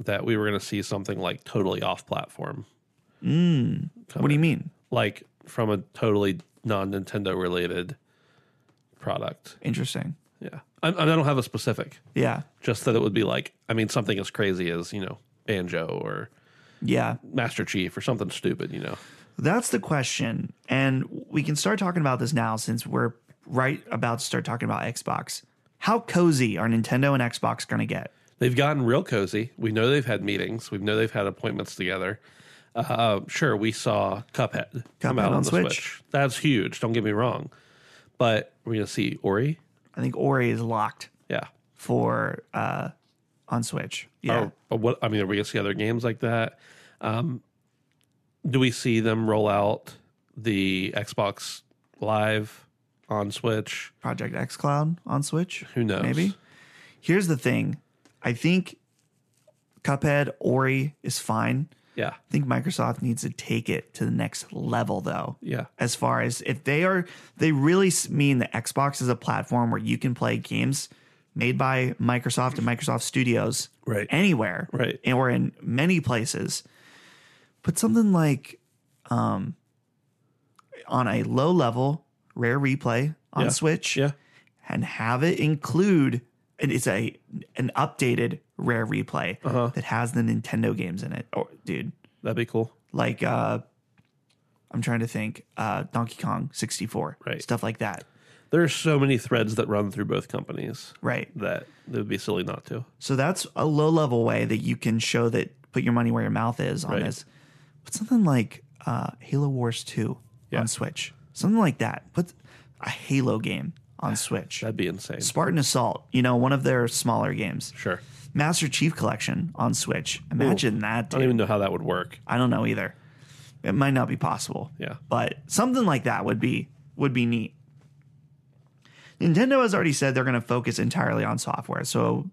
that we were going to see something like totally off platform.
What do you mean?
Like from a totally non Nintendo related product.
Interesting.
Yeah. I, I don't have a specific,
Yeah.
just that it would be like, I mean, something as crazy as, you know, Banjo or
Yeah.
Master Chief or something stupid, you know.
That's the question. And we can start talking about this now since we're right about to start talking about Xbox. How cozy are Nintendo and Xbox going to get?
They've gotten real cozy. We know they've had meetings, we know they've had appointments together. Uh, sure, we saw Cuphead, come
Cuphead
out on,
on
the
Switch.
Switch. That's huge. Don't get me wrong. But we're going to see Ori.
I think Ori is locked
Yeah.
for uh on Switch. Yeah.
Or- or what, I mean, are we going to see other games like that? Um, do we see them roll out the Xbox Live on Switch?
Project X Cloud on Switch.
Who knows?
Maybe. Here's the thing. I think Cuphead Ori is fine.
Yeah.
I think Microsoft needs to take it to the next level though.
Yeah.
As far as if they are they really s- mean that Xbox is a platform where you can play games made by Microsoft and Microsoft Studios
Right.
anywhere.
Right.
And we're in many places. But something like um, on a low level rare replay on
Yeah.
Switch
Yeah.
and have it include and it's a an updated rare replay
Uh-huh.
that has the Nintendo games in it. Or dude,
That'd be cool.
like uh I'm trying to think uh Donkey Kong 64,
Right.
stuff like that.
There are so many threads that run through both companies
Right.
that it would be silly not to.
So that's a low level way that you can show that put your money where your mouth is on
Right.
this. But something like uh, Halo Wars 2
Yeah.
on Switch, something like that. Put a Halo game on Switch.
That'd be insane.
Spartan Assault, you know, one of their smaller games.
Sure.
Master Chief Collection on Switch. Imagine that.
I don't
dude.
even know how that would work.
I don't know either. It might not be possible.
Yeah.
But something like that would be would be neat. Nintendo has already said they're going to focus entirely on software, so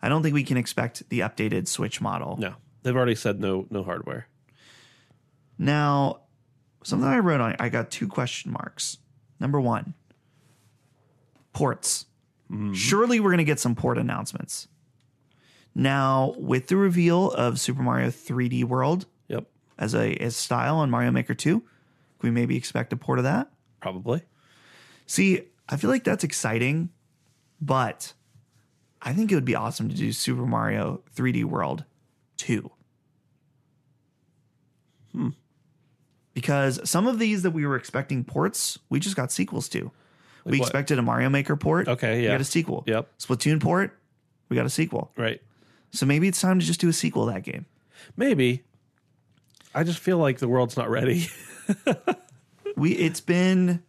I don't think we can expect the updated Switch model.
No. They've already said no no hardware.
Now, something I wrote on, I got two question marks. Number one, ports. Surely we're going to get some port announcements. Now, with the reveal of Super Mario 3D World
Yep.
as a as style on Mario Maker 2, can we maybe expect a port of that?
Probably.
See, I feel like that's exciting, but I think it would be awesome to do Super Mario 3D World 2. Hmm.
Hmm.
Because some of these that we were expecting ports, we just got sequels to. we
what?
expected a Mario Maker port.
Okay,
We
yeah.
got a sequel.
Yep.
Splatoon port, we got a sequel.
Right.
So maybe it's time to just do a sequel to that game.
Maybe. I just feel like the world's not ready.
We it's been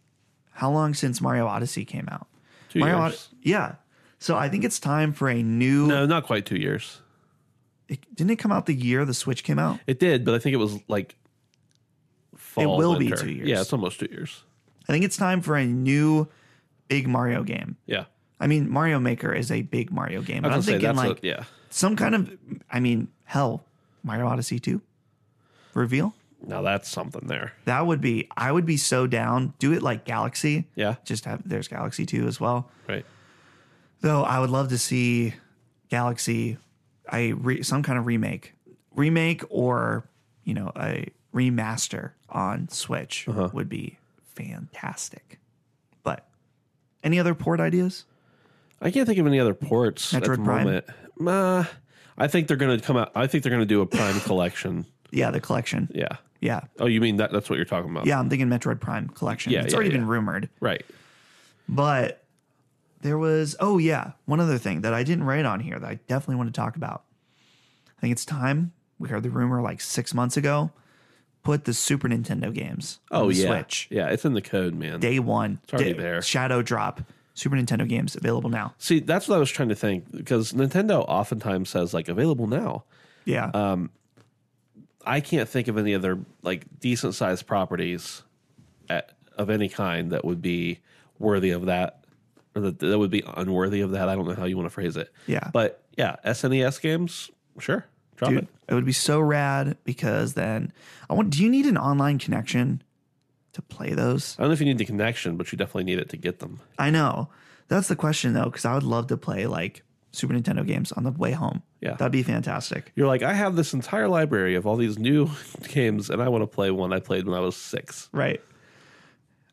how long since Mario Odyssey came out?
Two
Mario
years.
Od- yeah. So I think it's time for a new
No, not quite two years.
it, didn't it come out the year the Switch came out?
It did, but I think it was like fall.
will be
winter.
two years.
Yeah, it's almost two years.
I think it's time for a new big Mario game.
Yeah.
I mean, Mario Maker is a big Mario game. and
I
I'm
was gonna say
thinking
that's
like
a, yeah.
some kind of, I mean, hell, Mario Odyssey 2 reveal.
Now that's something there.
That would be, I would be so down. Do it like Galaxy.
Yeah.
Just have, there's Galaxy 2 as well.
Right.
Though I would love to see Galaxy, I re, some kind of remake, remake or, you know, a remaster on Switch
Uh-huh.
would be fantastic. But any other port ideas?
I can't think of any other ports at the
Metroid Prime?
moment. Uh, I think they're gonna come out I think they're gonna do a prime collection.
Yeah, the collection.
Yeah.
Yeah.
Oh, you mean that that's what you're talking about.
Yeah, I'm thinking Metroid Prime collection.
Yeah,
it's
yeah,
already
yeah.
been rumored.
Right.
But there was, oh, yeah, one other thing that I didn't write on here that I definitely want to talk about. I think it's time. We heard the rumor like six months ago. Put the Super Nintendo games on
Oh
the
yeah.
Switch.
Yeah, it's in the code, man.
Day one. It's
already there.
Shadow Drop. Super Nintendo games available now.
See, that's what I was trying to think because Nintendo oftentimes says like available now.
Yeah.
Uh, I can't think of any other like decent sized properties at, of any kind that would be worthy of that or that, that would be unworthy of that. I don't know how you want to phrase it.
Yeah.
But yeah, SNES games, sure. Drop
Dude,
it.
it would be so rad because then I want do you need an online connection to play those?
I don't know if you need the connection, but you definitely need it to get them.
I know. That's the question though, because I would love to play like Super Nintendo games on the way home.
Yeah.
That'd be fantastic.
You're like, I have this entire library of all these new games and I want to play one I played when I was six.
Right.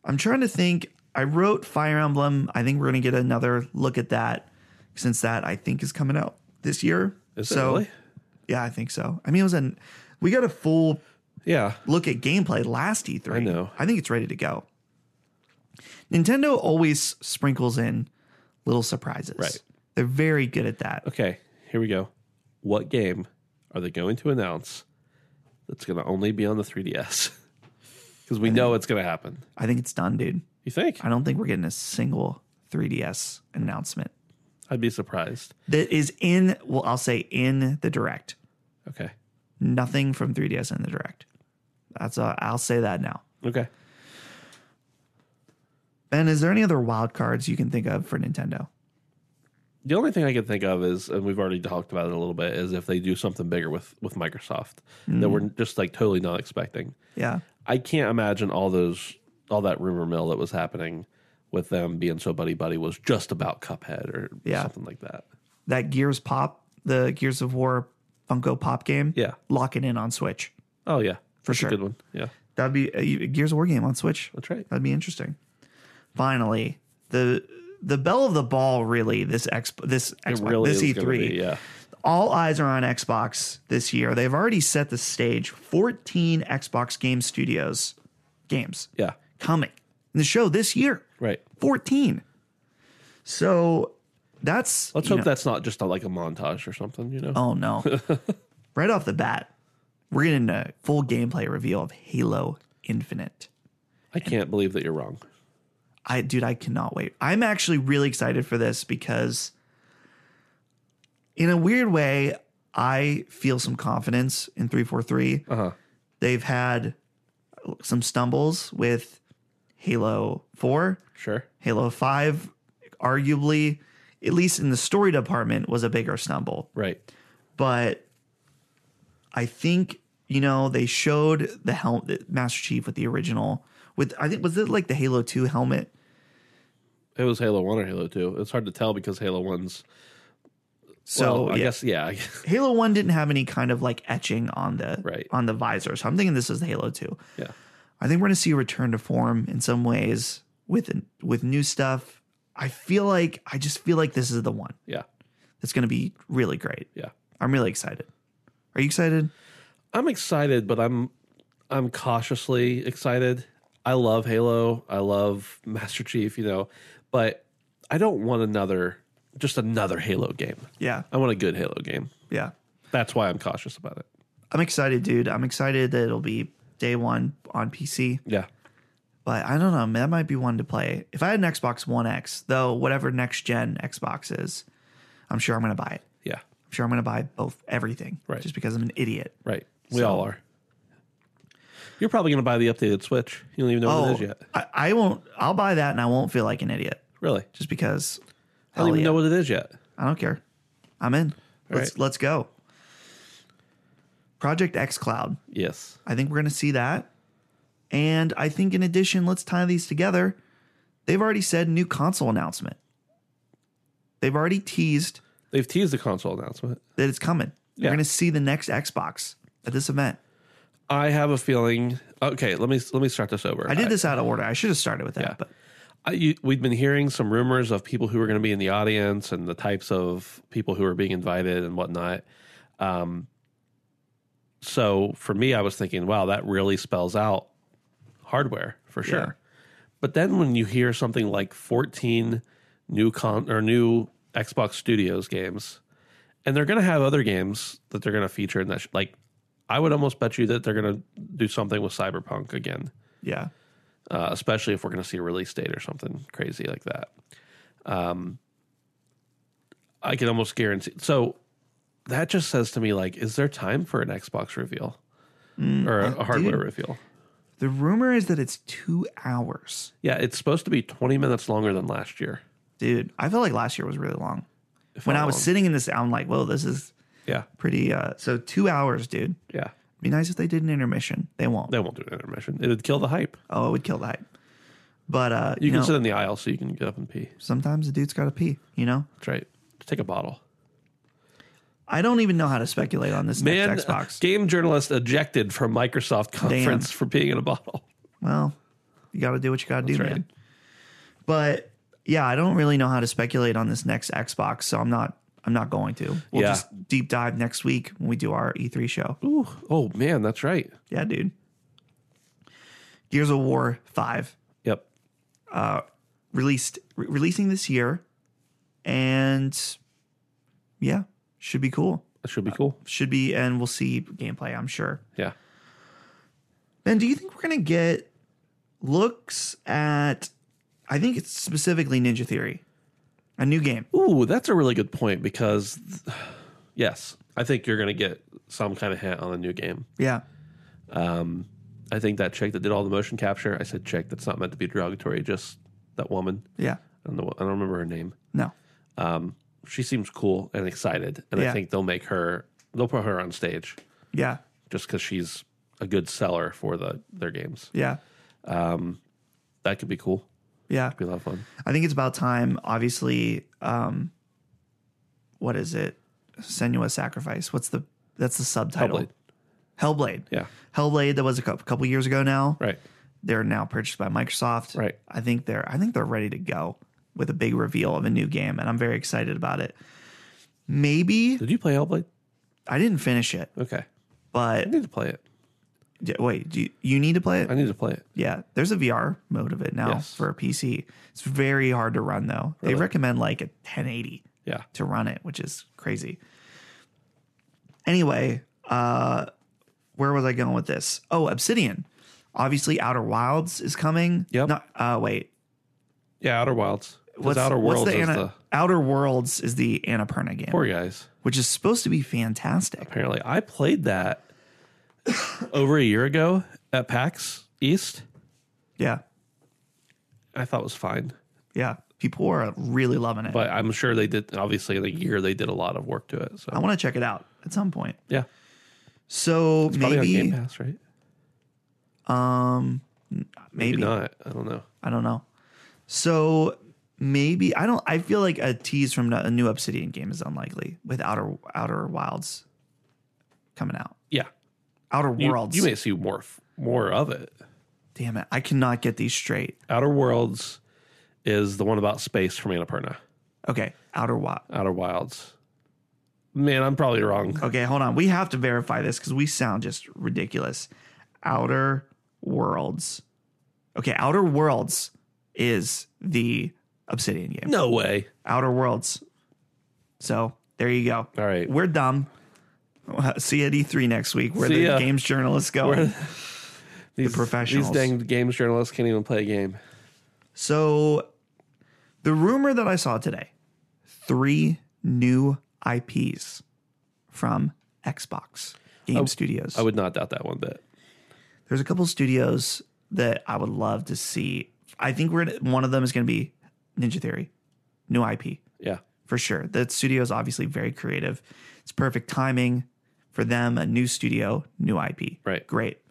I'm trying to think. I wrote Fire Emblem. I think we're gonna get another look at that since that I think is coming out this year.
Is it
so
really?
yeah, I think so. I mean it was an we got a full
Yeah.
look at gameplay last E3.
I know.
I think it's ready to go. Nintendo always sprinkles in little surprises.
Right.
They're very good at that.
Okay, here we go. What game are they going to announce that's going to only be on the 3DS? Because we know it's going to happen.
I think it's done, dude.
You think?
I don't think we're getting a single 3DS announcement
I'd be surprised.
that is in, well, I'll say in the direct.
Okay.
Nothing from 3DS in the direct. That's i I'll say that now.
Okay.
Ben, is there any other wild cards you can think of for Nintendo?
The only thing I can think of is, and we've already talked about it a little bit, is if they do something bigger with with Microsoft that
Hmm.
we're just like totally not expecting.
Yeah.
I can't imagine all those all that rumor mill that was happening with them being so buddy buddy was just about Cuphead or
Yeah.
something like that.
That Gears Pop, the Gears of War Funko Pop game.
Yeah.
Lock it in on Switch.
Oh yeah, for
sure.
A good one. Yeah,
That'd be a Gears of War game on Switch.
that's right.
That'd be interesting. Finally, the the bell of the ball really this exp this expo, this E
is gonna
E3.
be, yeah.
all eyes are on Xbox this year. They've already set the stage. 14 Xbox Game Studios games
Yeah.
coming in the show this year.
Right.
14. So that's
Let's
you
hope
know-
that's not just a, like a montage or something, you know?
Oh no. right off the bat, we're getting a full gameplay reveal of Halo Infinite.
I can't believe that you're wrong.
I dude, I cannot wait. I'm actually really excited for this because in a weird way, I feel some confidence in 343.
Uh-huh.
They've had some stumbles with Halo 4,
Sure.
Halo 5 arguably at least in the story department was a bigger stumble,
Right.
but I think you know, they showed the helmet, the Master Chief with the original, with I think was it like the Halo Two helmet?
It was Halo One or Halo Two. It's hard to tell because Halo One's.
So
well, I
yeah.
guess yeah. I guess-
Halo One didn't have any kind of like etching on the
Right.
on the visor, so I'm thinking this is the Halo Two.
Yeah.
I think we're gonna see a return to form in some ways with with new stuff. I feel like I just feel like this is the one
Yeah.
that's gonna be really great.
Yeah.
I'm really excited. Are you excited?
I'm excited, but I'm I'm cautiously excited. I love Halo. I love Master Chief, you know, but I don't want another just another Halo game.
Yeah,
I want a good Halo game.
yeah.
That's why I'm cautious about it.
I'm excited, dude. I'm excited that it'll be day one on PC.
Yeah.
But I don't know, man. That might be one to play. If I had an Xbox One X, though, whatever next gen Xbox is, I'm sure I'm gonna buy it.
Yeah.
I'm sure I'm gonna buy both everything.
Right.
Just because I'm an idiot.
Right. We all are. You're probably going to buy the updated Switch. You don't even know what it is yet.
Oh, I, I won't. I'll buy that, and I won't feel like an idiot
Really?
just because.
I don't
hell
even
yeah.
know what it is yet.
I don't care. I'm in. Let's
right.
let's go. Project X Cloud.
Yes.
I think we're going to see that. And I think in addition, let's tie these together. They've already said new console announcement. They've already teased
They've teased the console announcement.
that it's coming. You're
Yeah.
going to see the next Xbox at this event.
I have a feeling. Okay, let me let me start this over.
I did this out of order. I should have started with that,
Yeah.
but
I, you, we've been hearing some rumors of people who are going to be in the audience and the types of people who are being invited and whatnot. Um, so for me, I was thinking, wow, that really spells out hardware for sure. But then when you hear something like 14 new con or new Xbox Studios games, and they're going to have other games that they're going to feature in that, sh- like, I would almost bet you that they're going to do something with Cyberpunk again
yeah.
uh, especially if we're going to see a release date or something crazy like that. Um, I can almost guarantee. So that just says to me, like, is there time for an Xbox reveal
Mm,
or a, a hardware
dude.
reveal?
The rumor is that it's two hours.
Yeah, it's supposed to be 20 minutes longer than last year.
Dude, I felt like last year was really long.
if
When
not
I was
long.
sitting in this, I'm like, whoa, this is
yeah,
pretty. Uh, so two hours, dude.
yeah,
Be nice if they did an intermission. They won't.
they won't do an intermission. It would kill the hype.
Oh, it would kill the hype. But uh,
You,
you,
can
know,
sit in the aisle so you can get up and pee.
sometimes the dude's got to pee. You know,
That's right. Take a bottle.
I don't even know how to speculate on this
Man, uh,
next Xbox.
game journalist ejected from Microsoft conference for peeing in a bottle.
well, you got to do what you got to do,
right.
man. But yeah, I don't really know how to speculate on this next Xbox, so I'm not. I'm not going to. We'll
Yeah.
just deep dive next week when we do our E3 show.
Ooh, oh man, that's right.
Yeah, dude. Gears of War Five
Yep.
released re- releasing this year, and yeah, should be cool.
That should be cool.
should be, and we'll see gameplay, I'm sure.
Yeah.
Ben, do you think we're going to get looks at, I think it's specifically Ninja Theory, a new game?
Ooh, that's a really good point because, yes, I think you're going to get some kind of hint on a new game.
Yeah.
I think that chick that did all the motion capture, I said chick, that's not meant to be derogatory, just that woman.
Yeah.
I don't, know, I don't remember her name.
No.
She seems cool and excited. And
Yeah.
I think they'll make her, they'll put her on stage
Yeah.
just because she's a good seller for the their games.
Yeah.
That could be cool.
Yeah.
Be a lot of fun.
I think it's about time, obviously. Um, what is it? Senua Sacrifice. What's the, that's the subtitle.
Hellblade.
Hellblade.
Yeah.
Hellblade that was a cou- couple years ago now.
Right.
They're now purchased by Microsoft.
Right.
I think they're I think they're ready to go with a big reveal of a new game, and I'm very excited about it. Maybe
Did you play Hellblade?
I didn't finish it,
Okay.
but
I need to play it.
d- wait, do you, you need to play
I
it?
need to play it.
Yeah, there's a VR mode of it now
Yes.
for a PC. It's very hard to run though. They
Really?
recommend like a 1080
Yeah.
to run it, which is crazy. Anyway, uh where was I going with this? Oh, Obsidian. Obviously Outer Wilds is coming.
Yep.
Not, uh wait.
Yeah. Outer Wilds. 'Cause
What's
Outer
what's
Worlds
the,
is
Anna-
the
Outer Worlds is the Annapurna game,
poor guys.
which is supposed to be fantastic.
apparently. I played that over a year ago at PAX East.
Yeah.
I thought it was fine,
Yeah. People are really loving it.
but I'm sure they did. Obviously, in a year they did a lot of work to it.
I
So
want to check it out at some point.
yeah,
So
Probably on Game
maybe,
Pass, right? Maybe,
maybe
not. I don't know.
I don't know. So maybe I don't. I feel like a tease from a new Obsidian game is unlikely with Outer Outer Wilds coming out.
Yeah,
Outer
You-
Worlds.
You, may see more f- more of it.
Damn it! I cannot get these straight.
Outer Worlds is the one about space from Annapurna.
Okay, Outer Wilds.
Outer Wilds. Man, I'm probably wrong.
Okay, hold on. We have to verify this because we sound just ridiculous. Outer Worlds. Okay, Outer Worlds is the Obsidian game.
No way.
Outer Worlds. So there you go.
All right.
We're dumb. See you at E3 next week where
See
the
ya.
games journalists go.
These,
professionals.
These dang games journalists can't even play a game.
So the rumor that I saw today three new IPs from Xbox Game Studios.
I would not doubt that one bit.
there's a couple studios that I would love to see. I think we're gonna, one of them is going to be Ninja Theory, new IP
Yeah.
for sure. That studio is obviously very creative. It's perfect timing for them. A new studio, new IP.
Right.
Great.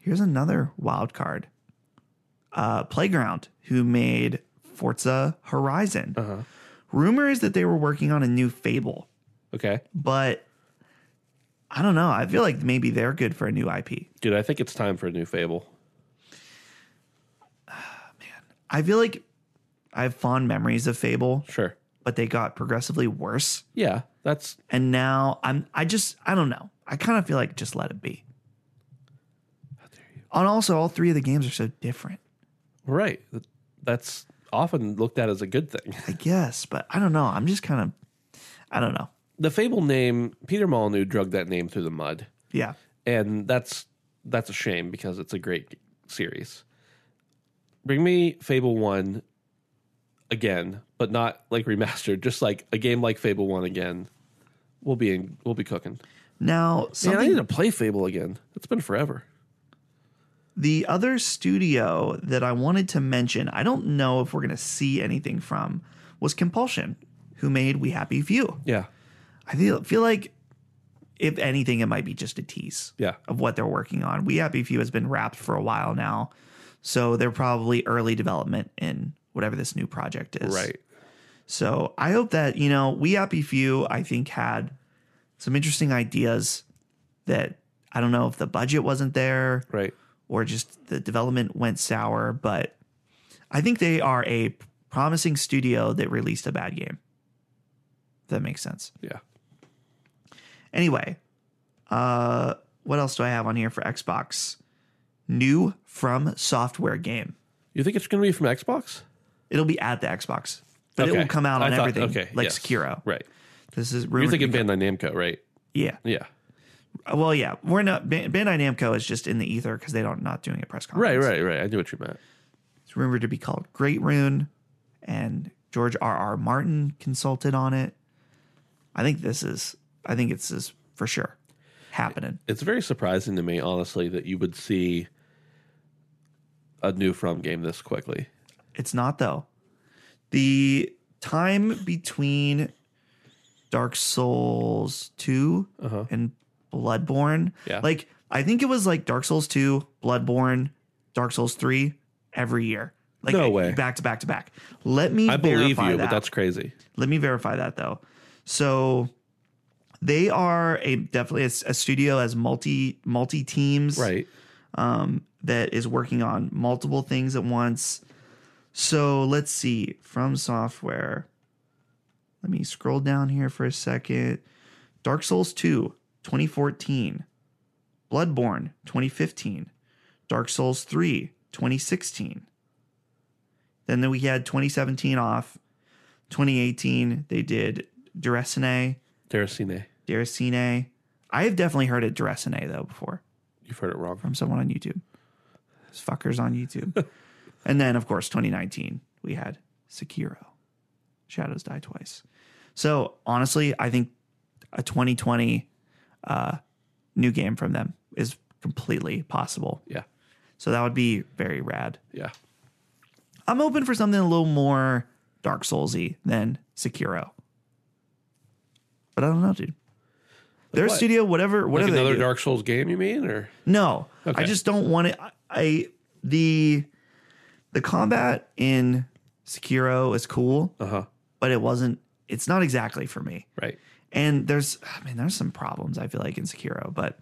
Here's another wild card. Uh, Playground, who made Forza Horizon. Rumor is that they were working on a new Fable,
Okay.
but I don't know. I feel like maybe they're good for a new IP.
Dude, I think it's time for a new fable.
I feel like I have fond memories of Fable,
Sure.
but they got progressively worse.
Yeah. That's
And now I'm I just I don't know. I kind of feel like just let it be. And also all three of the games are so different,
right. That's often looked at as a good thing.
I guess, but I don't know. I'm just kind of I don't know.
The fable name, Peter Molyneux drugged that name through the mud.
Yeah.
and that's that's a shame because it's a great g- series. Bring me Fable One again, but not like remastered. Just like a game like Fable One again, we'll be in, we'll be cooking.
Now
Man, I
something
need to play Fable again. It's been forever.
the other studio that I wanted to mention, I don't know if we're gonna see anything from, was Compulsion, who made We Happy Few.
Yeah,
I feel feel like if anything, it might be just a tease.
yeah,
of what they're working on. We Happy Few has been wrapped for a while now, so they're probably early development in whatever this new project is.
right.
So I hope that you know We Happy Few. I think had some interesting ideas that I don't know if the budget wasn't there
Right.
or just the development went sour, but I think they are a promising studio that released a bad game. If that makes sense.
Yeah.
Anyway, uh, what else do I have on here for Xbox? New from software game.
You think it's going to be from Xbox?
It'll be at the Xbox, but it
Okay.
will come out
I
on
thought-
everything, like
yes.
Sekiro.
Right.
This is
You're
rumored.
thinking Bandai Namco, right?
yeah.
Yeah.
Well, yeah. We're not. Ban- Bandai Namco is just in the ether because they don't not doing a press conference.
Right. Right. Right. I knew what you meant.
It's rumored to be called Great Rune, and George R. R. Martin consulted on it. I think this is. I think it's is for sure happening.
it's very surprising to me, honestly, that you would see a new From game this quickly.
It's not though. The time between Dark Souls 2 and Bloodborne,
Uh-huh. Yeah.
like I think it was like Dark Souls 2, Bloodborne, Dark Souls 3 every year. Like
No way.
back to back to back. Let me
I believe
verify
you,
that.
but that's crazy.
Let me verify that though. So they are a definitely a, s- a studio as multi multi teams
Right.
that is working on multiple things at once. So let's see from software. Let me scroll down here for a second. Dark Souls 2, 2014. Bloodborne, 2015. Dark Souls 3, 2016. Then then we had 2017 off. 2018, they did Duresine,
Deracine.
Duresine. I have definitely heard of Duresine though before
You've heard it wrong.
from someone on YouTube. Those fuckers on YouTube. and then, of course, 2019, we had Sekiro. Shadows Die Twice. So, honestly, I think a 2020 uh, new game from them is completely possible.
Yeah.
So, that would be very rad.
Yeah.
I'm open for something a little more Dark Soulsy than Sekiro. But I don't know, dude. Their
what?
studio, whatever,
Like
whatever. they
another
do.
Dark Souls game, you mean? Or
No,
Okay.
I just don't want it. I, I the the combat in Sekiro is cool,
uh huh.
but it wasn't. It's not exactly for me.
Right.
And there's, I mean, there's some problems I feel like in Sekiro, but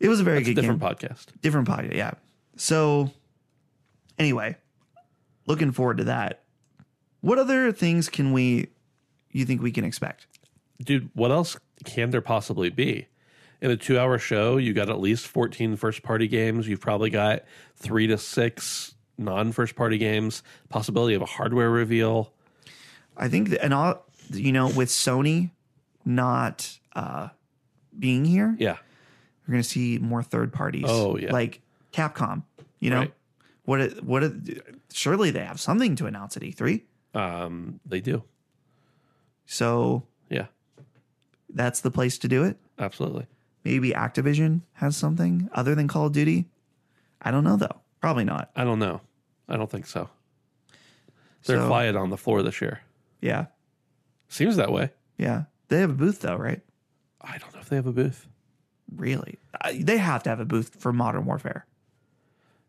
it was a very good
Different
game.
podcast.
different podcast, yeah. So anyway, looking forward to that. What other things can we? You think we can expect?
Dude, what else can there possibly be? In a two hour show, you got at least 14 first party games. You've probably got three to six non first party games, possibility of a hardware reveal.
I think, that, and all you know, with Sony not uh being here,
Yeah.
we're gonna see more third parties.
Oh, yeah.
like Capcom. You know,
Right.
what? It, what? It, surely they have something to announce at E E3.
Um, they do.
So
Yeah,
that's the place to do it.
absolutely.
Maybe Activision has something other than Call of Duty. I don't know though. Probably not.
I don't know. I don't think so. They're
So-
quiet on the floor this year.
Yeah,
Seems that way.
yeah. They have a booth though, right?
I don't know if they have a booth.
Really? I- They have to have a booth for Modern Warfare.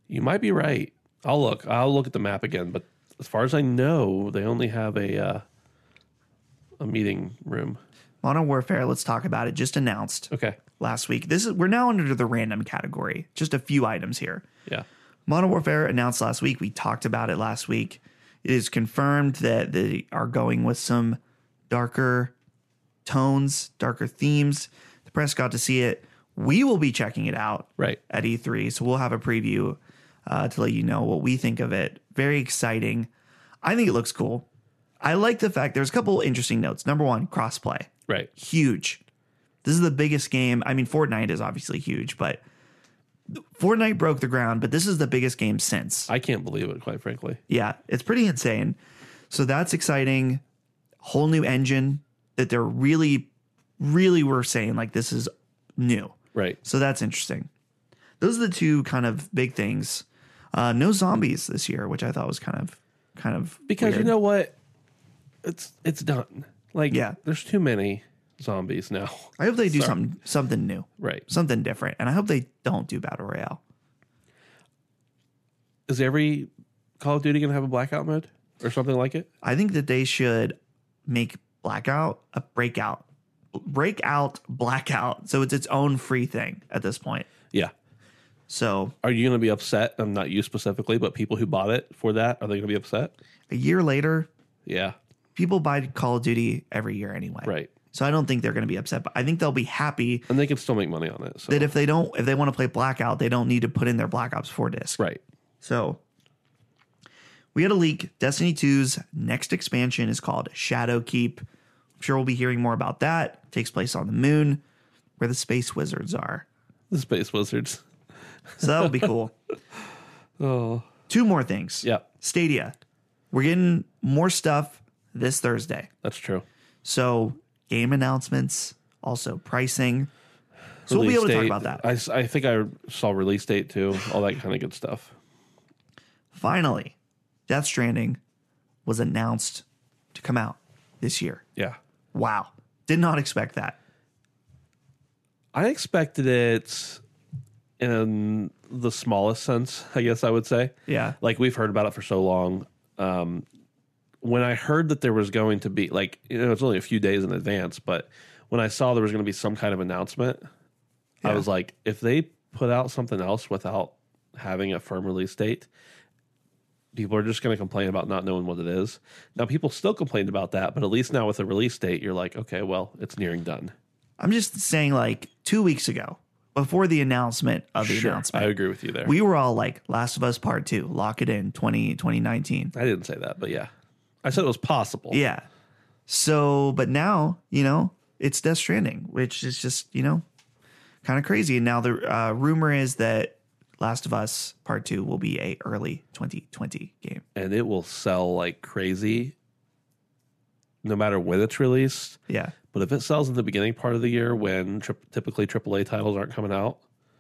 You might be right. I'll look. I'll look at the map again. But as far as I know, they only have a uh, a meeting room.
Modern Warfare. Let's talk about it. Just announced
Okay.
last week. This is we're now under the random category. Just a few items here.
Yeah.
Modern Warfare announced last week. We talked about it last week. It is confirmed that they are going with some darker tones, darker themes. The press got to see it. We will be checking it out
Right.
at E3, so we'll have a preview uh, to let you know what we think of it. Very exciting. I think it looks cool. I like the fact there's a couple interesting notes. Number one, crossplay
Right.
huge. This is the biggest game. I mean, Fortnite is obviously huge, but Fortnite broke the ground, but this is the biggest game since.
I can't believe it. Quite frankly.
Yeah, it's pretty insane. So that's exciting. Whole new engine that they're really, really were saying like this is new.
Right.
So that's interesting. Those are the two kind of big things. Uh, no zombies this year, which I thought was kind of, kind of
Because you
weird.
know what? It's it's done. Like
Yeah.
There's too many zombies now.
I hope they do something something new,
Right.
something different, and I hope they don't do battle royale.
Is every Call of Duty gonna have a blackout mode or something like it?
I think that they should make blackout a breakout, breakout blackout. So it's its own free thing at this point.
Yeah.
So
Are you gonna be upset? I'm not you specifically, but people who bought it for that are they gonna be upset?
a year later,
Yeah.
people buy Call of Duty every year anyway.
Right.
So I don't think they're going to be upset, but I think they'll be happy
And they can still make money on it. So
that if they don't, if they want to play blackout, they don't need to put in their Black Ops 4 disc.
right.
So we had a leak. Destiny 2's next expansion is called Shadowkeep. I'm sure we'll be hearing more about that. It takes place on the moon where the space wizards are.
The Space Wizards.
So that'll be cool.
Oh.
Two more things.
Yeah,
Stadia. We're getting more stuff this Thursday.
that's true.
So game announcements, also pricing. So we'll be able to talk
date.
about that.
I s- I, think I saw release date too, all that kind of good stuff.
Finally, Death Stranding was announced to come out this year.
Yeah.
Wow. Did not expect that.
I expected it in the smallest sense, I guess I would say.
Yeah.
Like we've heard about it for so long. Um, when I heard that there was going to be like, you know, it's only a few days in advance, but when I saw there was going to be some kind of announcement, I
Yeah.
was like, if they put out something else without having a firm release date, people are just going to complain about not knowing what it is. Now, people still complained about that, but at least now with a release date, you're like, okay, well, it's nearing done.
I'm just saying, like, two weeks ago, before the announcement of the announcement,
I agree with you there.
we were all like, Last of Us Part 2, lock it in 20, 2019.
I didn't say that, but yeah. I said it was possible.
Yeah. So, but now, you know, it's Death Stranding, which is just, you know, kind of crazy. And now the uh, rumor is that Last of Us Part 2 will be a early 2020 game.
And it will sell like crazy no matter when it's released.
Yeah.
But if it sells in the beginning part of the year when tri- typically AAA titles aren't coming out,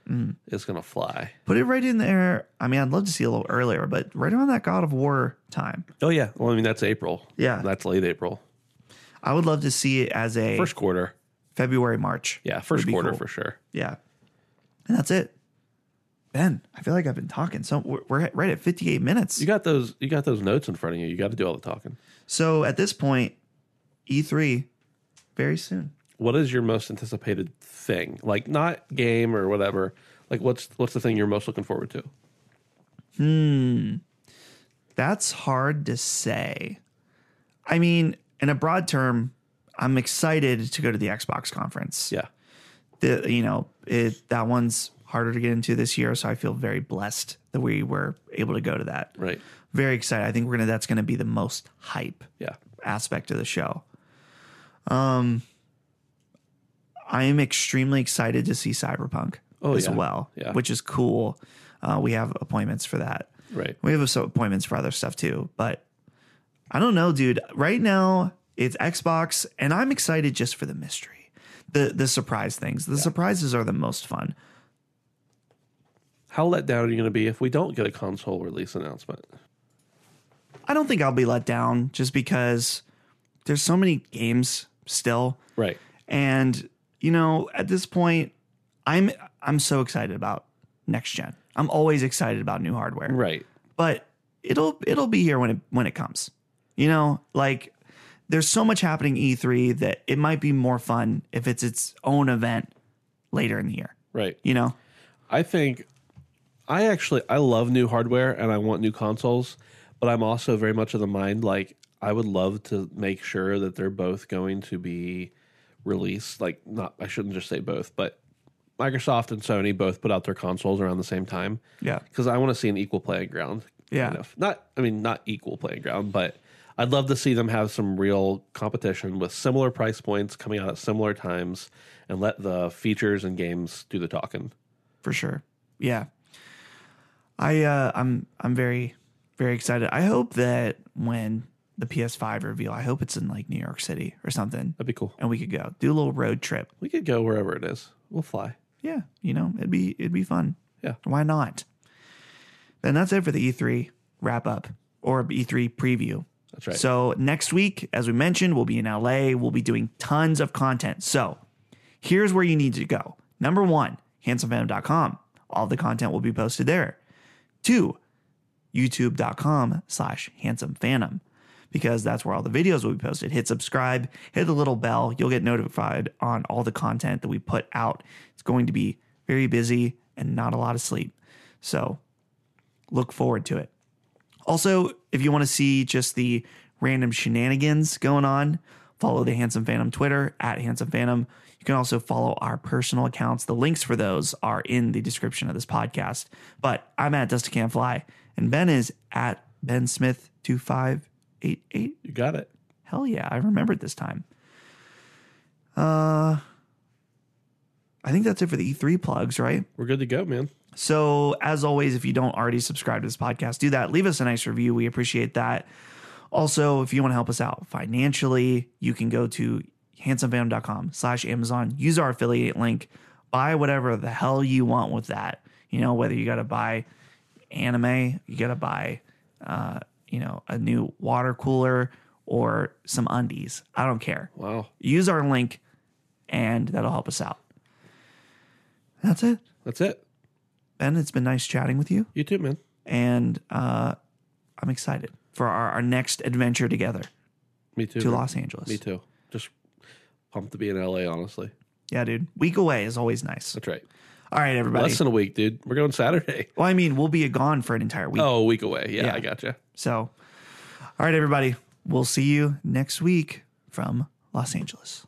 Mm.
it's going to fly.
Put it right in there. I mean, I'd love to see a little earlier, but right around that God of War time,
Oh, yeah. Well, I mean, that's April.
Yeah.
That's late April.
I would love to see it as a
First quarter.
February, March.
Yeah, first
would be
quarter
cool.
for sure.
Yeah. And that's it. Ben, I feel like I've been talking. So we're, we're at- right at 58 minutes.
You got those. You got those notes in front of you. You got to do all the talking.
so at this point, E3 very soon.
What is your most anticipated thing? Like not game or whatever. Like what's what's the thing you're most looking forward to?
That's hard to say. I mean, in a broad term, I'm excited to go to the Xbox conference.
Yeah.
The, you know, it, that one's harder to get into this year. So I feel very blessed that we were able to go to that.
Right.
Very excited. I think we're going to, that's going to be the most hype
Yeah.
aspect of the show. Um, I am extremely excited to see Cyberpunk
Oh,
as
yeah.
well,
Yeah.
which is cool. Uh, we have appointments for that.
Right.
We have some appointments for other stuff too, but I don't know, dude. Right now, it's Xbox, and I'm excited just for the mystery, the the surprise things. The surprises are the most fun.
How let down are you going to be if we don't get a console release announcement?
I don't think I'll be let down just because there's so many games still.
Right.
And you know, at this point, I'm I'm so excited about next gen. I'm always excited about new hardware.
Right.
But it'll it'll be here when it when it comes. You know, like there's so much happening E3 that it might be more fun if it's its own event later in the year.
Right.
You know?
I think I actually I love new hardware and I want new consoles, but I'm also very much of the mind like I would love to make sure that they're both going to be released. Like not I shouldn't just say both, but Microsoft and Sony both put out their consoles around the same time.
Yeah.
Because I want to see an equal playing ground.
Yeah.
kind of. Not I mean not equal playing ground, but I'd love to see them have some real competition with similar price points coming out at similar times and let the features and games do the talking.
for sure. Yeah. I uh I'm I'm very very excited. I hope that when the PS5 reveal, I hope it's in like New York City or something
That'd be cool.
and we could go do a little road trip.
We could go wherever it is. We'll fly.
Yeah, you know, it'd be it'd be fun.
Yeah.
Why not? Then that's it for the E3 wrap up or E3 preview.
That's right.
So next week, as we mentioned, we'll be in LA. We'll be doing tons of content. So here's where you need to go. Number one, handsomephantom.com. All the content will be posted there. Two, youtube.com slash handsomephantom because that's where all the videos will be posted. Hit subscribe, hit the little bell. You'll get notified on all the content that we put out. It's going to be very busy and not a lot of sleep. So look forward to it. Also, if you want to see just the random shenanigans going on, follow the Handsome Phantom Twitter at Handsome Phantom. You can also follow our personal accounts. The links for those are in the description of this podcast. But I'm at Dusty Can Fly, and Ben is at Ben Smith two five eight eight.
You got it.
Hell yeah, I remembered this time. Uh, I think that's it for the E3 plugs, right?
We're good to go, man.
So, as always, if you don't already subscribe to this podcast, do that. Leave us a nice review. We appreciate that. Also, if you want to help us out financially, you can go to handsomefam.com slash Amazon, use our affiliate link, buy whatever the hell you want with that. You know, whether you got to buy anime, you got to buy, uh, you know, a new water cooler or some undies. I don't care.
Wow.
Use our link and that'll help us out. That's it.
That's it.
Ben, it's been nice chatting with you,
You too, man.
and uh, I'm excited for our, our next adventure together
Me too.
to
man.
Los Angeles.
Me too. Just pumped to be in LA, honestly.
Yeah, dude. Week away is always nice.
That's right.
All right, everybody.
Less than a week, dude. We're going Saturday.
Well, I mean, we'll be gone for an entire week.
Oh, a week away. Yeah,
Yeah.
I gotcha.
So, all right, everybody. We'll see you next week from Los Angeles.